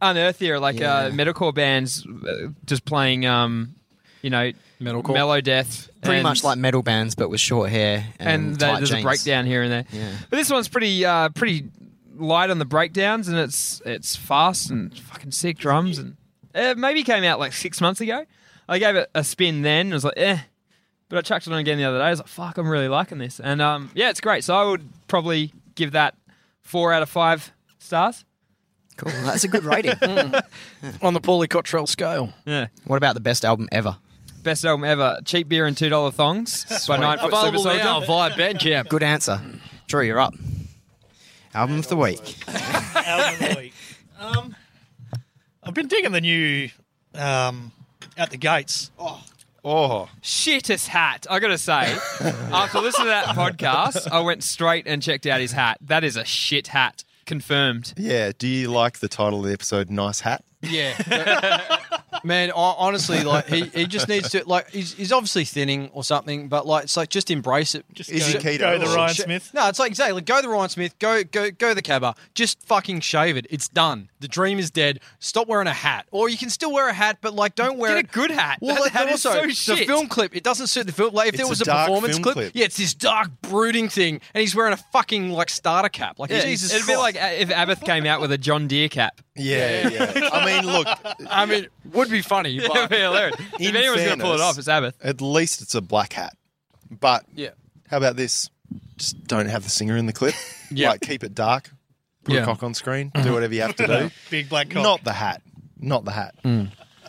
E: unearthier, like
B: Yeah.
E: uh, metalcore bands, uh, just playing, um, you know,
C: Metalcore.
E: mellow death,
B: Pretty
E: and-
B: much like metal bands, but with short hair and,
E: and
B: tight
E: there's
B: jeans.
E: a breakdown here and there.
B: Yeah.
E: But this one's pretty, uh, pretty light on the breakdowns, and it's it's fast and fucking sick drums, and it maybe came out like six months ago. I gave it a spin then, and was like, eh. But I chucked it on again the other day. I was like, fuck, I'm really liking this, and um, yeah, it's great. So I would probably give that four out of five stars.
B: Cool. That's a good rating.
C: On the Paulie Cottrell scale.
E: Yeah.
B: what about the best album ever?
E: Best album ever. Cheap beer and two dollar thongs by Nine Foot Super
C: Available
E: Soldier.
C: now via Bandcamp.
B: Good answer. Drew, you're up. Album of the week.
D: album of the week. Um, I've been digging the new um, At the Gates.
F: Oh,
E: Shittest hat, I gotta say. After listening to that podcast, I went straight and checked out his hat. That is a shit hat. Confirmed.
F: yeah. Do you like the title of the episode? Nice hat.
C: Yeah. Man, I, honestly, like he, he just needs to like he's, he's obviously thinning or something, but like it's like just embrace it. Just
F: Is
D: go,
F: he keto?
D: go the
F: Or-
D: Ryan Smith.
C: no, it's like exactly go the Ryan Smith, go go go the Cabba, just fucking shave it. It's done. The dream is dead. Stop wearing a hat, or you can still wear a hat, but like don't wear
E: Get a good hat.
C: Well,
E: That
C: like,
E: hat
C: but
E: is
C: also
E: so shit.
C: the film clip. It doesn't suit the film. Like if there
F: It's
C: was
F: a
C: a,
F: dark
C: performance
F: film
C: clip,
F: clip.
C: yeah, it's this dark brooding thing, and he's wearing a fucking like starter cap. Like
E: Yeah,
C: Jesus,
E: it'd be
C: Christ.
E: like if Abbott came out with a John Deere cap.
F: Yeah, yeah. I mean, look.
C: I mean, would be funny,
E: It'd be
C: but
E: hilarious. if
F: In
E: anyone's gonna pull it
F: fairness-
E: off, it's Abbott.
F: At least it's a black hat. But
C: yeah.
F: How about this? Just don't have the singer in the clip.
C: Yeah.
F: Like keep it dark. Put
C: Yeah.
F: a cock on screen. Do whatever you have to do.
D: Big black cock.
F: Not the hat. Not the hat.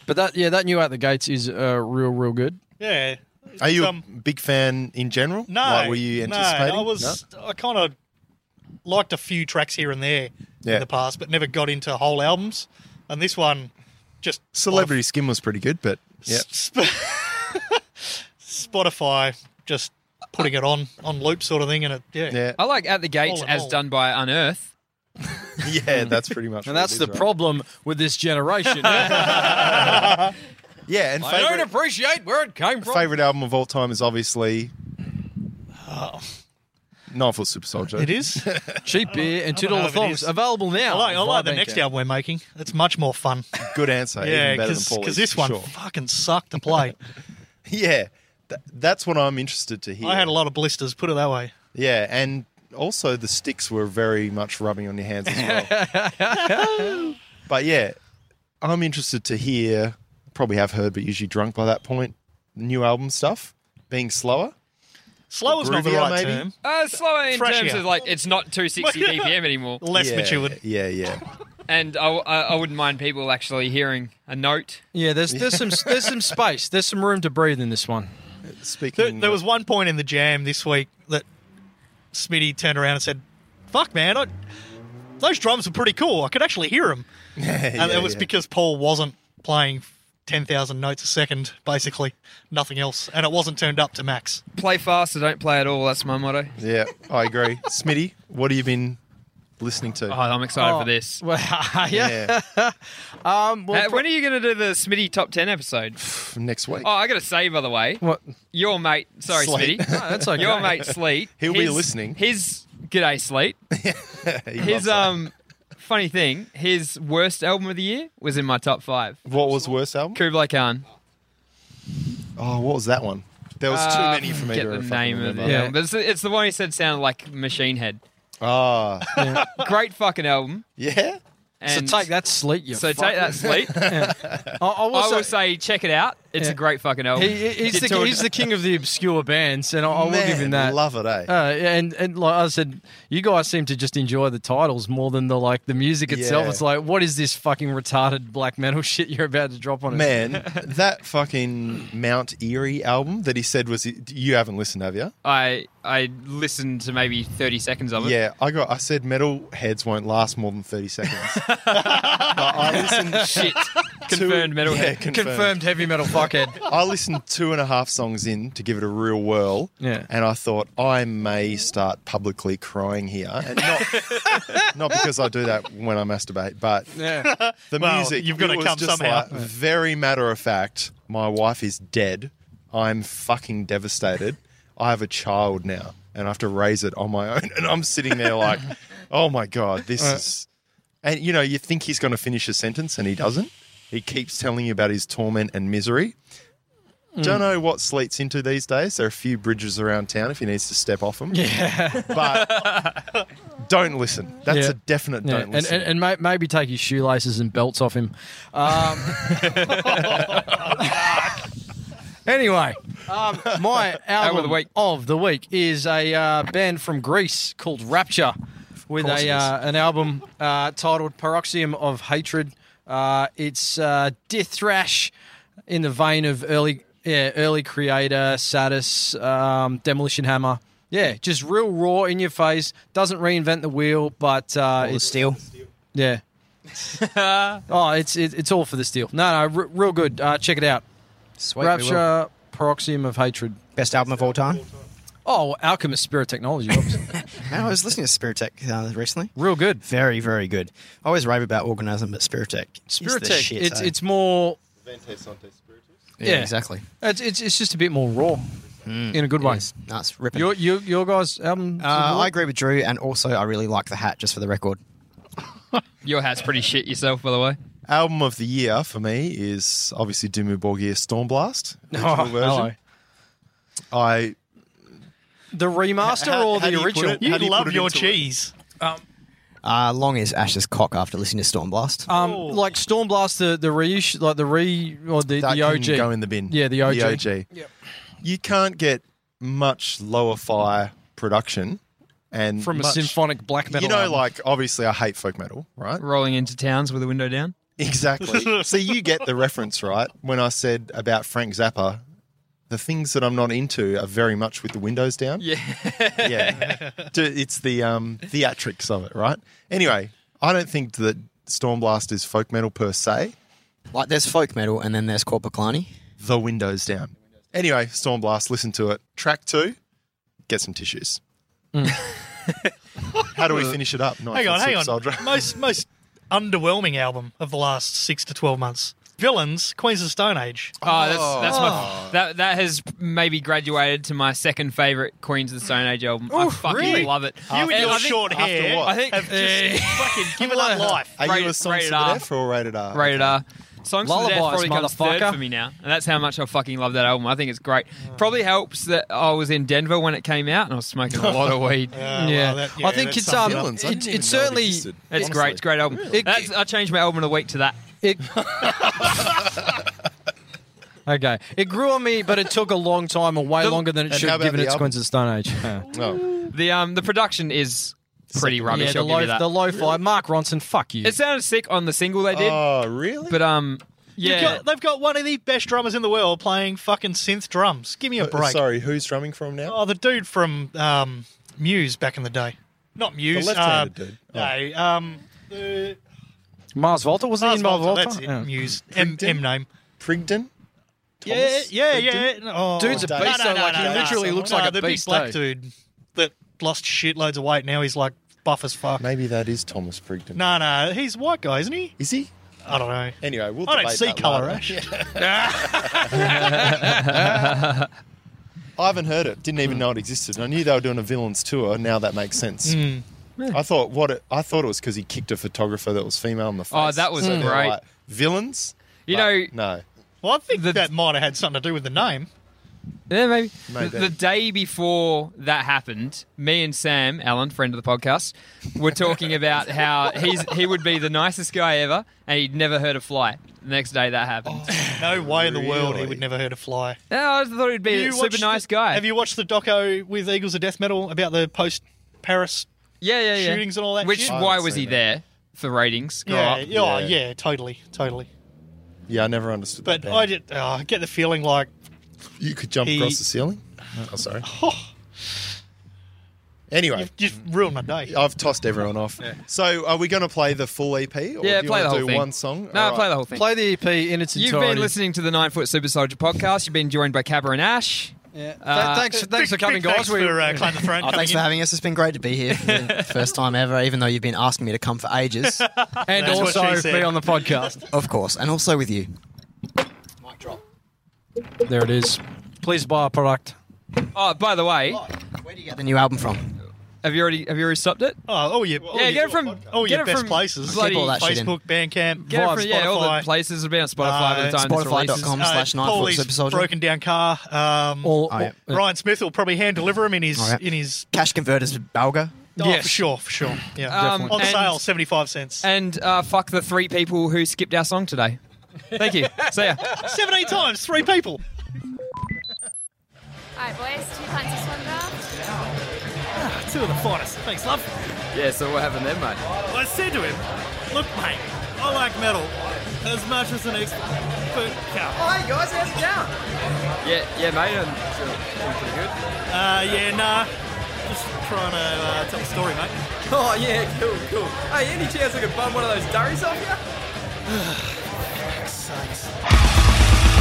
C: But that yeah, that new out the gates is uh, real, real good.
D: yeah.
F: Are you
D: Um,
F: a big fan in general?
D: No.
F: Like, were you anticipating?
D: No, I was. I kind of liked a few tracks here and there
F: Yeah.
D: in the past, but never got into whole albums. And this one, just
F: Celebrity Skin was pretty good, but yeah.
D: Sp- Spotify just putting it on on loop sort of thing, and it yeah.
F: Yeah.
E: I like At the Gates
D: All in
E: as
D: all.
E: done by Unearth.
D: Hmm.
F: yeah, that's pretty much.
C: And
F: what
C: that's
F: it
C: the
F: is, right?
C: problem with this generation. I
F: Yeah, and
C: don't
F: favorite,
C: appreciate where it came from.
F: favorite album of all time is obviously. Nine Foot Super Soldier.
D: Oh. It is.
C: Cheap beer and
D: I don't know
C: $2
D: if it
C: thongs
D: is.
C: available now.
D: I like, I
C: on
D: like the
C: Vibe
D: next
C: Banker.
D: album we're making. It's much more fun.
F: Good answer.
D: yeah,
F: even better than
D: because
F: Paulie's.
D: this
F: for
D: one
F: sure.
D: fucking sucked to play.
F: Yeah, th- that's what I'm interested to hear.
D: I had a lot of blisters, put it that way.
F: Yeah, and also the sticks were very much rubbing on your hands as well. but yeah, I'm interested to hear. Probably have heard, but usually drunk by that point. New album stuff being slower.
D: Slow is not the
F: Groovier,
D: right
F: maybe?
D: term.
E: Uh, slower in
D: Thrashier.
E: terms of like it's not 260 BPM anymore,
D: Less
F: yeah,
D: matured.
F: Yeah, yeah.
E: and I, I, I wouldn't mind people actually hearing a note.
C: Yeah, there's, there's, some, there's some space. There's some room to breathe in this one.
F: Speaking,
D: There, there was one point in the jam this week that Smitty turned around and said, "Fuck, man, I, those drums were pretty cool. I could actually hear them."
F: yeah,
D: and it was
F: yeah.
D: because Paul wasn't playing ten thousand notes a second, basically nothing else, and it wasn't turned up to max.
E: Play fast or don't play at all. That's my motto.
F: Yeah, I agree. Smitty, what have you been listening to?
E: Oh, I'm excited for this.
C: Well, yeah.
F: yeah,
C: Um, well,
E: Uh, when are you going to do the Smitty top 10 episode?
F: for next week.
E: Oh, I got to say, by the way,
C: what?
E: your mate, sorry,
F: Sleet.
E: Smitty,
C: No, that's okay.
E: your mate Sleet.
F: He'll be listening.
E: His g'day, Sleet.
F: He loves
E: His
F: that.
E: um, funny thing, his worst album of the year was in my top five.
F: what was worst album?
E: Kublai Khan.
F: Oh, what was that one? There was too
E: Uh,
F: many for me
E: forget
F: to
E: the
F: fucking
E: name of
F: remember.
E: the album, but it's, it's the one he said sounded like Machine Head.
F: Ah,
E: Great fucking album.
F: yeah.
E: And
C: so take that sleep, you
E: So take
C: fuck.
E: that, Sleet.
C: I, I will
E: I
C: say-
E: will say, check it out. It's
C: Yeah.
E: a great fucking album.
C: He, he's,
E: Did
C: the,
E: tour-
C: he's the king of the obscure bands, and I, I will give him that.
F: Love it, eh?
C: Uh, and and like I said, you guys seem to just enjoy the titles more than the like the music itself.
F: Yeah.
C: It's like, what is this fucking retarded black metal shit you're about to drop on us?
F: Man, that fucking Mount Erie album that he said was you haven't listened, have you?
E: I I listened to maybe thirty seconds of it.
F: Yeah, I got. I said metal heads won't last more than thirty seconds. but I listened.
E: Shit. Confirmed metalhead.
F: Yeah, confirmed.
C: confirmed heavy metal fuckhead.
F: I listened two and a half songs in to give it a real whirl.
C: Yeah.
F: And I thought I may start publicly crying here, and not not because I do that when I masturbate, but
C: yeah.
F: the
D: Well,
F: music.
D: you've gotta
F: it was
D: come
F: just
D: somehow.
F: like, very matter of fact. My wife is dead. I'm fucking devastated. I have a child now, and I have to raise it on my own. And I'm sitting there like, oh my god, this is. And you know, you think he's going to finish a sentence, and he doesn't. He keeps telling you about his torment and misery. Don't
C: Mm.
F: know what Sleet's into these days. There are a few bridges around town if he needs to step off them. Yeah. But don't listen. That's
C: Yeah.
F: a definite
C: Yeah,
F: don't
C: and, and,
F: listen.
C: and may, maybe take his shoelaces and belts off him. Um, anyway, um, my album
E: of the week.
C: of the week is a uh, band from Greece called Rapture with
F: course
C: a
F: it
C: uh, an album uh, titled Paroxysm of Hatred. Uh, it's uh, death thrash in the vein of early yeah, early creator Satis, um, Demolition Hammer. Yeah, just real raw in your face. Doesn't reinvent the wheel, but uh,
B: All the
C: it's
B: steel.
C: yeah. oh, it's it, it's all for the steal. No, no, r- real good. Uh, check it out.
B: Sweet. we will.
C: Rapture, Paroxysm of Hatred.
B: Best album of all time.
C: Oh, well, Alchemist Spirit Technology, obviously.
B: I was listening to Spiritech uh, recently.
C: real good.
B: Very, very good. I always rave about Organism, but Spiritech. is the
C: Spirit Tech.
B: shit,
C: it's
B: eh?
C: it's more.
B: yeah,
C: yeah.
B: exactly.
C: It's, it's it's just a bit more raw,
F: Hmm.
C: in a good way.
B: Yes. No, it's ripping.
C: Your your your guys album.
B: Uh, I agree with Drew, and also I really like the hat, just for the record.
E: Your hat's pretty shit yourself, by the way.
F: Album of the year for me is obviously Dimmu Borgir Stormblast. original
C: Oh,
F: version.
C: hello.
F: I
C: The remaster
F: How-
C: or
F: how
C: the
F: do you put
C: original?
F: it? How
D: You
F: do you
D: love
F: put it
D: your
F: into it?
D: cheese.
B: Uh, long is Ash's cock after listening to Stormblast.
C: Um, like Stormblast, the the re like the re or the,
F: that
C: the
F: can
C: OG.
F: go in the bin.
C: Yeah, the OG.
F: The OG. You can't get much lower fire production and
C: from a
F: much-
C: symphonic black metal.
F: You know,
C: album.
F: like obviously I hate folk metal, right?
E: Rolling into towns with the window down.
F: Exactly. so you get the reference, right? When I said about Frank Zappa, the things that I'm not into are very much with the windows down.
E: Yeah.
F: yeah. D- It's the um, theatrics of it, right? Anyway, I don't think that Stormblast is folk metal per se.
B: Like there's folk metal, and then there's Corpaclani.
F: The windows down. Anyway,
E: Mm.
F: Stormblast, listen to it. Track two, get some tissues. How do we finish it up? Nice.
D: Hang on,
F: Super
D: hang on.
F: Soldier.
D: Most most underwhelming album of the last six to twelve months. Villains, Queens of the Stone Age.
E: Oh, that's that's my that that has maybe graduated to my second favorite Queens of the Stone Age album. I fucking
D: really?
E: love it.
D: You and
E: And
D: your
E: I think-
D: short
F: after
D: hair
F: what?
E: I think
D: have just fucking given up life.
F: Are you
E: rated-
F: a Songs to
E: rated
F: the
E: R.
F: Deaf or rated R?
E: rated R. Songs for the Deaf
B: Lullabies,
E: probably comes third
B: motherfucker.
E: for me now, and that's how much I fucking love that album. I think it's great. Probably helps that I was in Denver when it came out, and I was smoking a lot of weed.
D: Yeah, well, that- yeah,
B: I think
D: that's
B: it's
D: something
B: um,
F: Villains, I
B: it,
F: didn't even
B: it's
F: know it
B: certainly
F: existed.
E: It's
F: Honestly.
E: great. It's a great album.
B: Really?
E: That's, I changed my album of the week to that.
B: it,
C: Okay, it grew on me, but it took a long time, or way
E: The-
C: longer than it
F: And
C: should,
F: how
C: have
F: about
C: given
F: the
C: its
F: album?
C: Queens of the Stone Age.
F: Oh.
E: The um the production is pretty
C: yeah,
E: rubbish.
C: the,
E: I'll give
C: lo-
E: you that.
C: the lo-fi. Mark Ronson, fuck you.
E: it sounded sick on the single they did,
F: Oh, really?
E: but um
D: You've
E: yeah.
D: got- they've got one of the best drummers in the world playing fucking synth drums. Give me a
F: Uh,
D: break.
F: Sorry, who's drumming from now?
D: Oh, the dude from um, Muse back in the day. Not Muse.
F: left-handed
D: uh,
F: dude.
D: No. Um, the
C: Mars Volta wasn't he
D: Mars
C: in Mars
D: Volta,
C: Volta.
D: That's it.
C: Yeah.
D: Muse. M,
F: Princeton?
D: M name.
F: Prigden?
D: Yeah,
F: Thomas
D: yeah, yeah.
F: Princeton?
D: Oh,
C: Dude's a
D: no,
C: beast,
D: no,
C: though,
D: no,
C: like, he
D: no, no.
C: literally looks
D: No,
C: like a
D: the
C: beast,
D: big black
C: though.
D: dude that lost shitloads of weight. Now he's like buff as fuck.
F: Maybe that is Thomas Prigden.
D: No, no, he's a white guy, isn't he?
F: Is he?
D: I don't know.
F: Anyway, we'll
D: I don't
F: debate
D: see
F: that
D: colour,
F: later.
D: Ash.
F: I haven't heard it. Didn't
D: Hmm.
F: even know it existed. I knew they were doing a villains tour. Now that makes sense.
D: Hmm.
F: I thought what it, I thought it was because he kicked a photographer that was female in the face.
E: Oh, that was
F: they were
E: great.
F: villains.
E: You
F: But no.
D: Well, I think
E: The-
D: that might have had something to do with the name.
E: Yeah, maybe.
F: Maybe.
E: The, the day before that happened, me and Sam Allen, friend of the podcast, were talking about how he's he would be the nicest guy ever, and he'd never heard a fly. The next day that happened.
D: No way in the world he
F: Really?
D: would never hurt a fly.
E: Yeah, I thought he'd be a
D: You
E: super
D: watched
E: nice
D: the-
E: guy.
D: Have you watched the doco with Eagles of Death Metal about the post Paris?
E: yeah, yeah, yeah.
D: shootings and all that
E: Which
D: shit?
F: I
E: why
F: haven't
E: was he
F: seen that.
E: there for ratings? Grow
D: Yeah,
E: up.
D: yeah, oh,
F: Yeah.
D: yeah, totally, totally.
F: Yeah, I never understood.
D: But
F: that
D: I
F: band.
D: did. Oh, I get the feeling like
F: You could jump
D: He-
F: across the ceiling. Oh, sorry.
D: Oh.
F: Anyway,
D: you've, you've ruined my day.
F: I've tossed everyone off. So, are we going to play the full EP? Or
E: Yeah,
F: do you
E: play
F: wanna
E: the whole
F: do
E: thing.
F: one song?
E: No,
F: All
E: play
F: right.
E: the whole thing.
C: Play the EP in its
E: You've
C: entirety.
E: been listening to the Nine Foot Super Soldier podcast. You've been joined by Cabra and Ash.
C: Yeah.
E: Uh,
C: Th- thanks, thanks for
D: Big-
C: coming,
D: big
C: guys.
D: Thanks
C: We-
D: for uh, Claim the Throne.
B: Oh,
D: coming
B: thanks for
D: in.
B: having us. It's been great to be here for the first time ever, even though you've been asking me to come for ages.
C: and
D: That's what she
C: also
D: said.
C: be on the podcast.
B: Of course, and also with you. Mic drop.
C: there it is. Please buy our product.
E: Oh, by the way,
B: Where do you get the new album from?
E: have you already have you already stopped it?
D: Oh, all your all
E: Yeah,
D: your,
E: get it from
D: all
E: get
D: your
E: it
D: best
E: from
D: places.
E: Bloody
B: Keep all that shit in.
D: Facebook, Bandcamp,
E: Get it
D: Vine,
E: from yeah, all the um,
D: Spotify,
E: places will be on Spotify by the
D: Uh,
E: time this releases.
B: Spotify.com slash
D: uh,
B: nine foot
D: Paulie's
B: super soldier.
D: broken down car. Um,
C: All,
B: Oh, yeah.
C: all-
D: Ryan Smith will probably hand deliver him in his
B: All right.
D: in his.
B: Cash converters to Balga.
D: Oh,
C: Yes.
D: for sure, for sure. Yeah,
E: Um,
D: on
E: and-
D: sale, seventy five cents.
E: And uh, fuck the three people who skipped our song today. Thank you. See ya.
D: Seventeen times, three people.
G: All right, boys, two pints of swim draft.
D: Two of the finest. Thanks, love.
E: Yeah, so what happened then, mate?
D: I said to him, "Look, mate, I like metal as much as the next but cow."
E: hey guys, how's it going? Yeah, yeah, mate. I'm doing- doing pretty good.
D: Uh, yeah, nah. Just trying to uh, tell a story, mate.
E: Oh yeah, cool, cool. Hey, any chance I could bum one of those durries off you?
D: Sucks.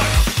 H: Fuck! Fuck! Fuck!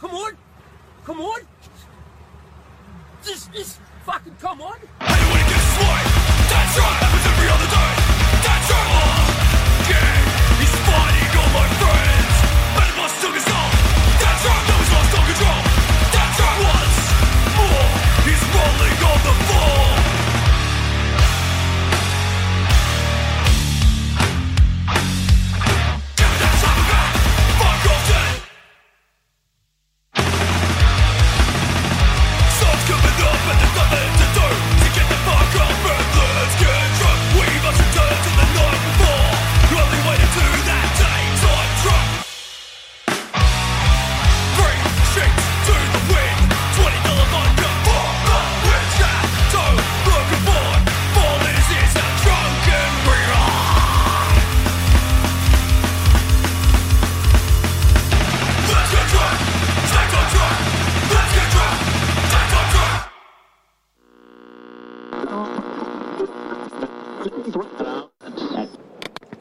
H: Come on! Just, just fucking come on!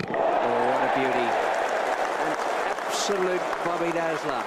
I: what a beauty. An absolute Bobby Dazzler.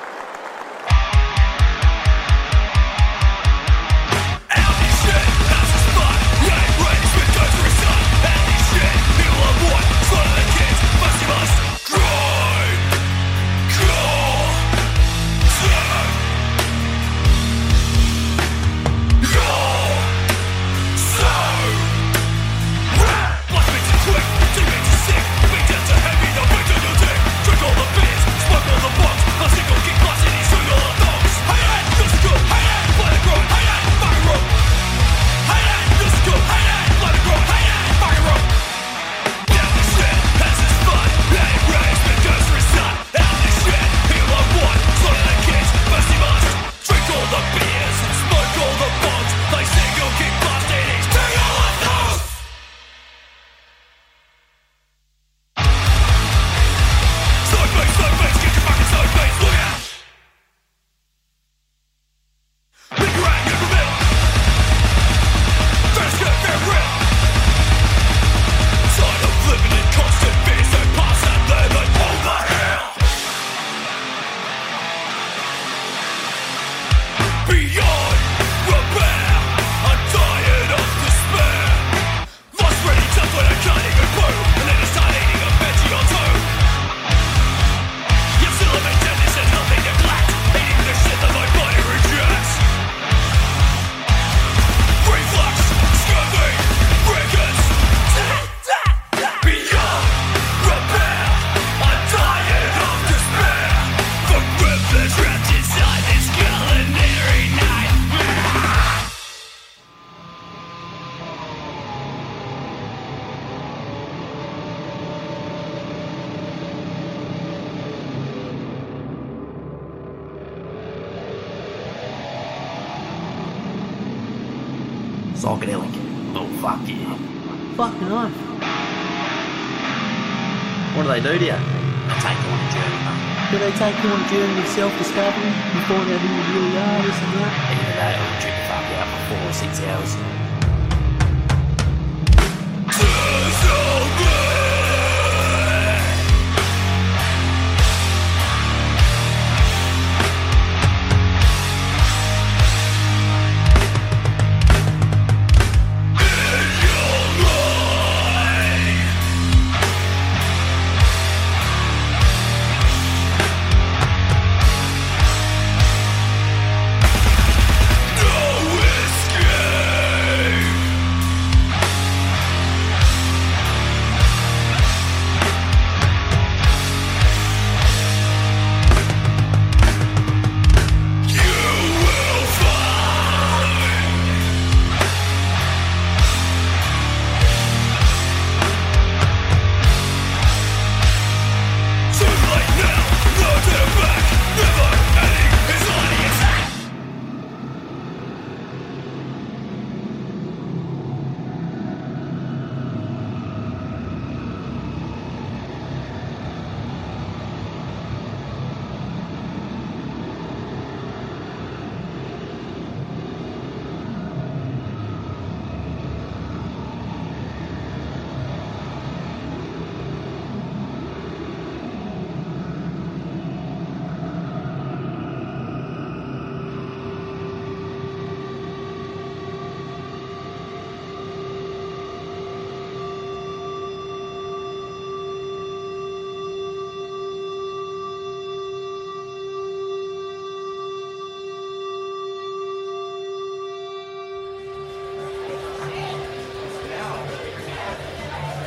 H: Psychedelic. Oh, fuck yeah. Fucking off. What do they do to you? They take you on a journey, mate. Do they take you on a journey of self-discovery? You find out who you really are, this and that? Even though it'll trip the fuck out for four or six hours.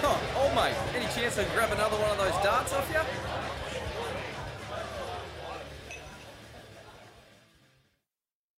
E: Oh, Any chance I can grab another one of those darts off you?